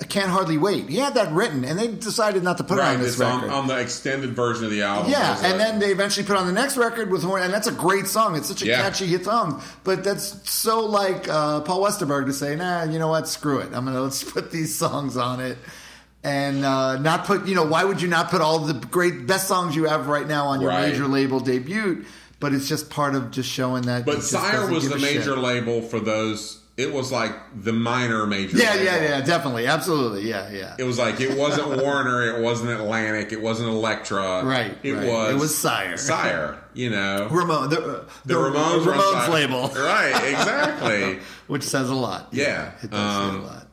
S2: I can't hardly wait. He had that written, and they decided not to put it
S1: right,
S2: on this
S1: it's on,
S2: record.
S1: on the extended version of the album.
S2: yeah,
S1: There's a-
S2: and then they eventually put on the next record with Horn, and that's a great song. It's such a
S1: Yeah.
S2: catchy hit song, but that's so like uh, Paul Westerberg to say, "Nah, you know what? Screw it. I'm gonna let's *laughs* put these songs on it." And uh, not put, you know, why would you not put all the great best songs you have right now on your
S1: Right.
S2: major label debut? But it's just part of just showing that. it
S1: But
S2: just
S1: Sire
S2: doesn't
S1: was
S2: give
S1: the
S2: a
S1: major
S2: shit.
S1: label for those. It was like the minor major.
S2: Yeah,
S1: label.
S2: yeah, yeah, definitely, absolutely, yeah, yeah.
S1: It was like it
S2: *laughs*
S1: wasn't Warner, it wasn't Atlantic, it wasn't Elektra.
S2: Right,
S1: It
S2: right.
S1: was
S2: It was Sire.
S1: Sire, you know.
S2: Ramon, the, uh,
S1: the Ramones, were on
S2: Ramones
S1: Sire. *laughs*
S2: label.
S1: Right,
S2: *laughs*
S1: exactly.
S2: which says a lot.
S1: Yeah. Um,
S2: it does say a lot.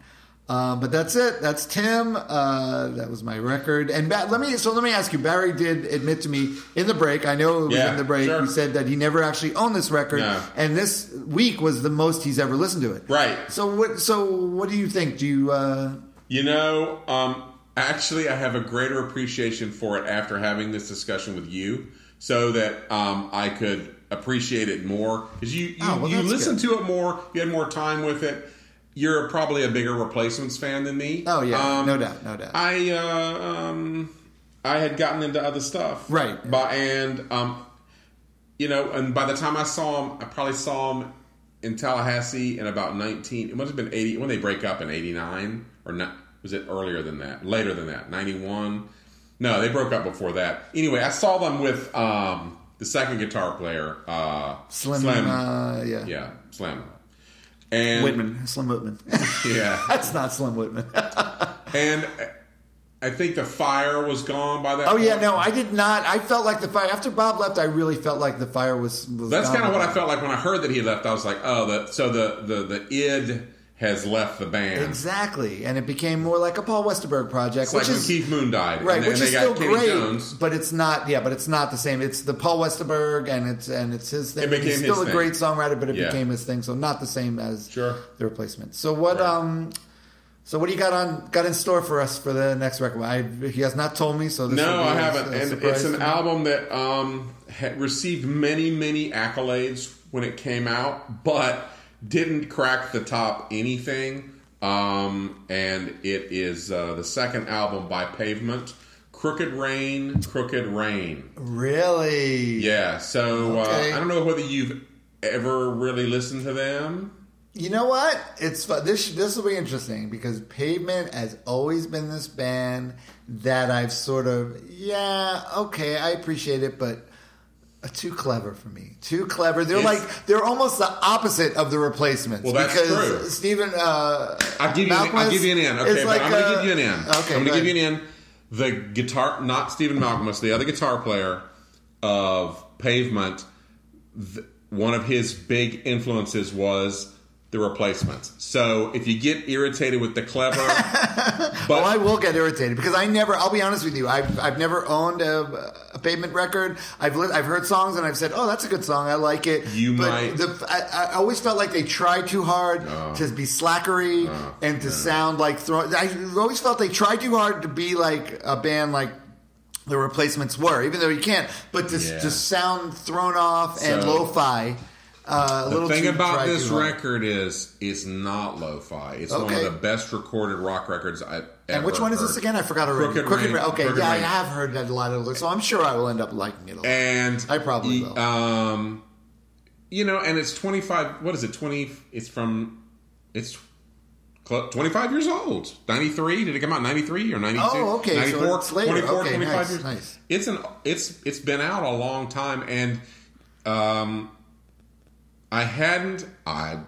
S2: Uh, but that's it. That's Tim. Uh, that was my record. And ba- let me so let me ask you. Barry did admit to me in the break. I know it was
S1: Yeah,
S2: in the break.
S1: sure.
S2: He said that he never actually owned this record,
S1: No.
S2: and this week was the most he's ever listened to it.
S1: Right.
S2: So what? So what do you think? Do you? Uh,
S1: You know, um, actually, I have a greater appreciation for it after having this discussion with you, so that um, I could appreciate it more because you you,
S2: Oh, well,
S1: you
S2: that's
S1: listened to it more, you had more time with it. You're probably a bigger replacements fan than me.
S2: oh yeah,
S1: Um,
S2: no doubt, no doubt.
S1: I uh, um, I had gotten into other stuff,
S2: Right.
S1: But and um, you know, and by the time I saw him, I probably saw him in Tallahassee in about nineteen. It must have been eighty when they break up in eighty nine or not. Was it earlier than that? Later than that? Ninety one? No, they broke up before that. Anyway, I saw them with um, the second guitar player, uh,
S2: Slim, Uh, yeah.
S1: yeah, Slim. And
S2: Whitman, Slim Whitman. *laughs*
S1: yeah,
S2: that's not Slim Whitman.
S1: and I think the fire was gone by that.
S2: Oh yeah,
S1: point.
S2: no, I did not. I felt like the fire after Bob left. I really felt like the fire was. was
S1: That's
S2: gone.
S1: kind of what I felt like when I heard that he left. I was like, oh, the, so the, the the id has left the band.
S2: Exactly, and it became more like a Paul Westerberg project,
S1: It's
S2: which
S1: like when
S2: is
S1: Keith Moon died,
S2: right,
S1: and, they-
S2: which
S1: and they
S2: is
S1: got
S2: still
S1: Kenny
S2: great,
S1: Jones.
S2: but it's not. Yeah, but it's not the same. It's the Paul Westerberg, and it's and it's his thing.
S1: It became
S2: He's still
S1: his
S2: a
S1: thing.
S2: great songwriter, but it
S1: Yeah.
S2: became his thing. So not the same as
S1: Sure.
S2: the replacement. So what?
S1: Right.
S2: um So what do you got on got in store for us for the next record? I, he has not told me, so this will
S1: No,
S2: be
S1: I
S2: a-
S1: haven't.
S2: a
S1: And
S2: surprise
S1: it's
S2: to
S1: an
S2: me.
S1: album that um, had received many, many accolades when it came out, but didn't crack the top anything. Um, and it is uh, the second album by Pavement, Crooked Rain, Crooked Rain.
S2: Really?
S1: Yeah, so
S2: Okay.
S1: uh, I don't know whether you've ever really listened to them.
S2: You know what? It's fu- this. This will be interesting because Pavement has always been this band that I've sort of yeah okay I appreciate it, but uh, too clever for me. Too clever. They're
S1: It's-
S2: like they're almost the opposite of the replacements.
S1: Well, that's
S2: because
S1: true.
S2: Stephen. Uh,
S1: I'll give you, an, I'll
S2: Malcolmus
S1: give you an in.
S2: is
S1: Okay,
S2: like
S1: but I'm going
S2: a-
S1: to give you an in.
S2: Okay,
S1: I'm going
S2: go
S1: to give
S2: ahead.
S1: you an in. The guitar, not Stephen Malcolmus, the other guitar player of Pavement, th- one of his big influences was the replacements. So if you get irritated with the
S2: *laughs*
S1: clever, but
S2: Oh, I will get irritated because I never. I'll be honest with you. I've I've never owned a, a pavement record. I've li- I've heard songs and I've said, "Oh, that's a good song. I like it."
S1: You
S2: but
S1: might-
S2: The, I, I always felt like they tried too hard to be slackery and to sound like throw. I always felt they tried too hard to be like a band like. The replacements were, even though you can't, but to,
S1: Yeah.
S2: to sound thrown off and
S1: So-
S2: lo-fi. Uh, a
S1: The
S2: little
S1: thing
S2: too,
S1: about
S2: tried
S1: this
S2: too hard.
S1: record is it's not lo-fi. It's one of
S2: Okay.
S1: the best recorded rock records I've ever
S2: And which one is this
S1: heard.
S2: again? I forgot already.
S1: Crooked Rain.
S2: Ra- Okay,
S1: Crooked
S2: yeah,
S1: Rain.
S2: I have heard that a lot of so I'm sure I will end up liking it a lot.
S1: And
S2: I probably will.
S1: Um, you know, and it's 25. What is it? 20. It's from. It's cl- 25 years old. 93. Did it come out 93 or 92?
S2: Oh, okay, so
S1: 94,
S2: it's later.
S1: 24,
S2: Okay,
S1: 25
S2: nice,
S1: years.
S2: nice.
S1: It's an. It's it's been out a long time, and um, I hadn't. I.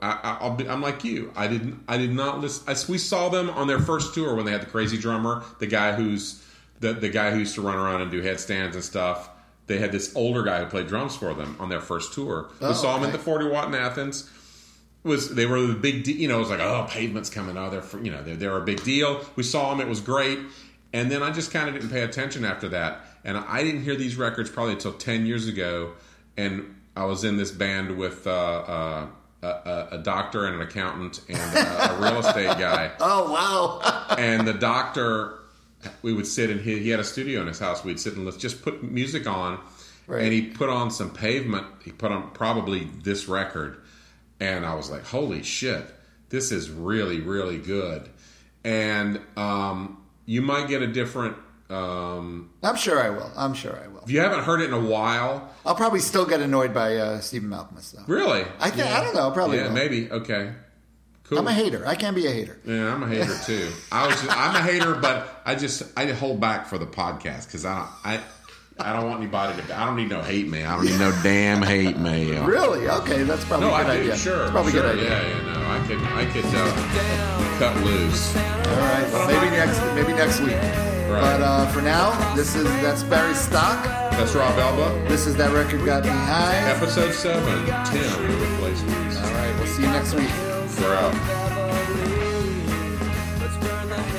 S1: I, I'll be, I'm like you. I didn't. I did not listen. I, we saw them on their first tour when they had the crazy drummer, the guy who's the the guy who used to run around and do headstands and stuff. They had this older guy who played drums for them on their first tour.
S2: Oh,
S1: we saw him at
S2: okay.
S1: the 40 Watt in Athens. Was they were the big, de- you know, it was like oh, pavement's coming out. They're fr- you know they're, they're a big deal. We saw them. It was great. And then I just kind of didn't pay attention after that. And I didn't hear these records probably until 10 years ago. And I was in this band with uh, uh, a, a, a doctor and an accountant and a, a real estate guy
S2: oh wow. *laughs*
S1: and the doctor we would sit in his, he had a studio in his house we'd sit and let's just put music on
S2: Right.
S1: and he put on some pavement he put on probably this record and i was like holy shit this is really really good and um, you might get a different. Um,
S2: I'm sure I will. I'm sure I will.
S1: if you haven't heard it in a while,
S2: I'll probably still get annoyed by uh, Stephen Malcolmus though.
S1: really?
S2: I think I don't know. Probably.
S1: yeah,
S2: will.
S1: maybe. Okay, cool.
S2: I'm a hater. I can't be a hater.
S1: Yeah, I'm a hater too. I was, just, I'm a hater, but I just I hold back for the podcast because I don't, I I don't want anybody to. I don't need no hate mail. I don't need no damn hate mail.
S2: Really? Okay, that's probably
S1: No,
S2: a
S1: I
S2: good
S1: do.
S2: idea.
S1: Sure,
S2: it's probably
S1: sure.
S2: a good idea.
S1: Yeah, yeah. No, I could I could uh, cut loose.
S2: All right. Well, maybe next. Maybe next week. But uh, for now, this is that's Barry Stock.
S1: That's Rob Elba,
S2: This is that record got me high.
S1: episode seven, ten replacements.
S2: All right. We'll see you next week.
S1: We're out.
S3: Let's burn the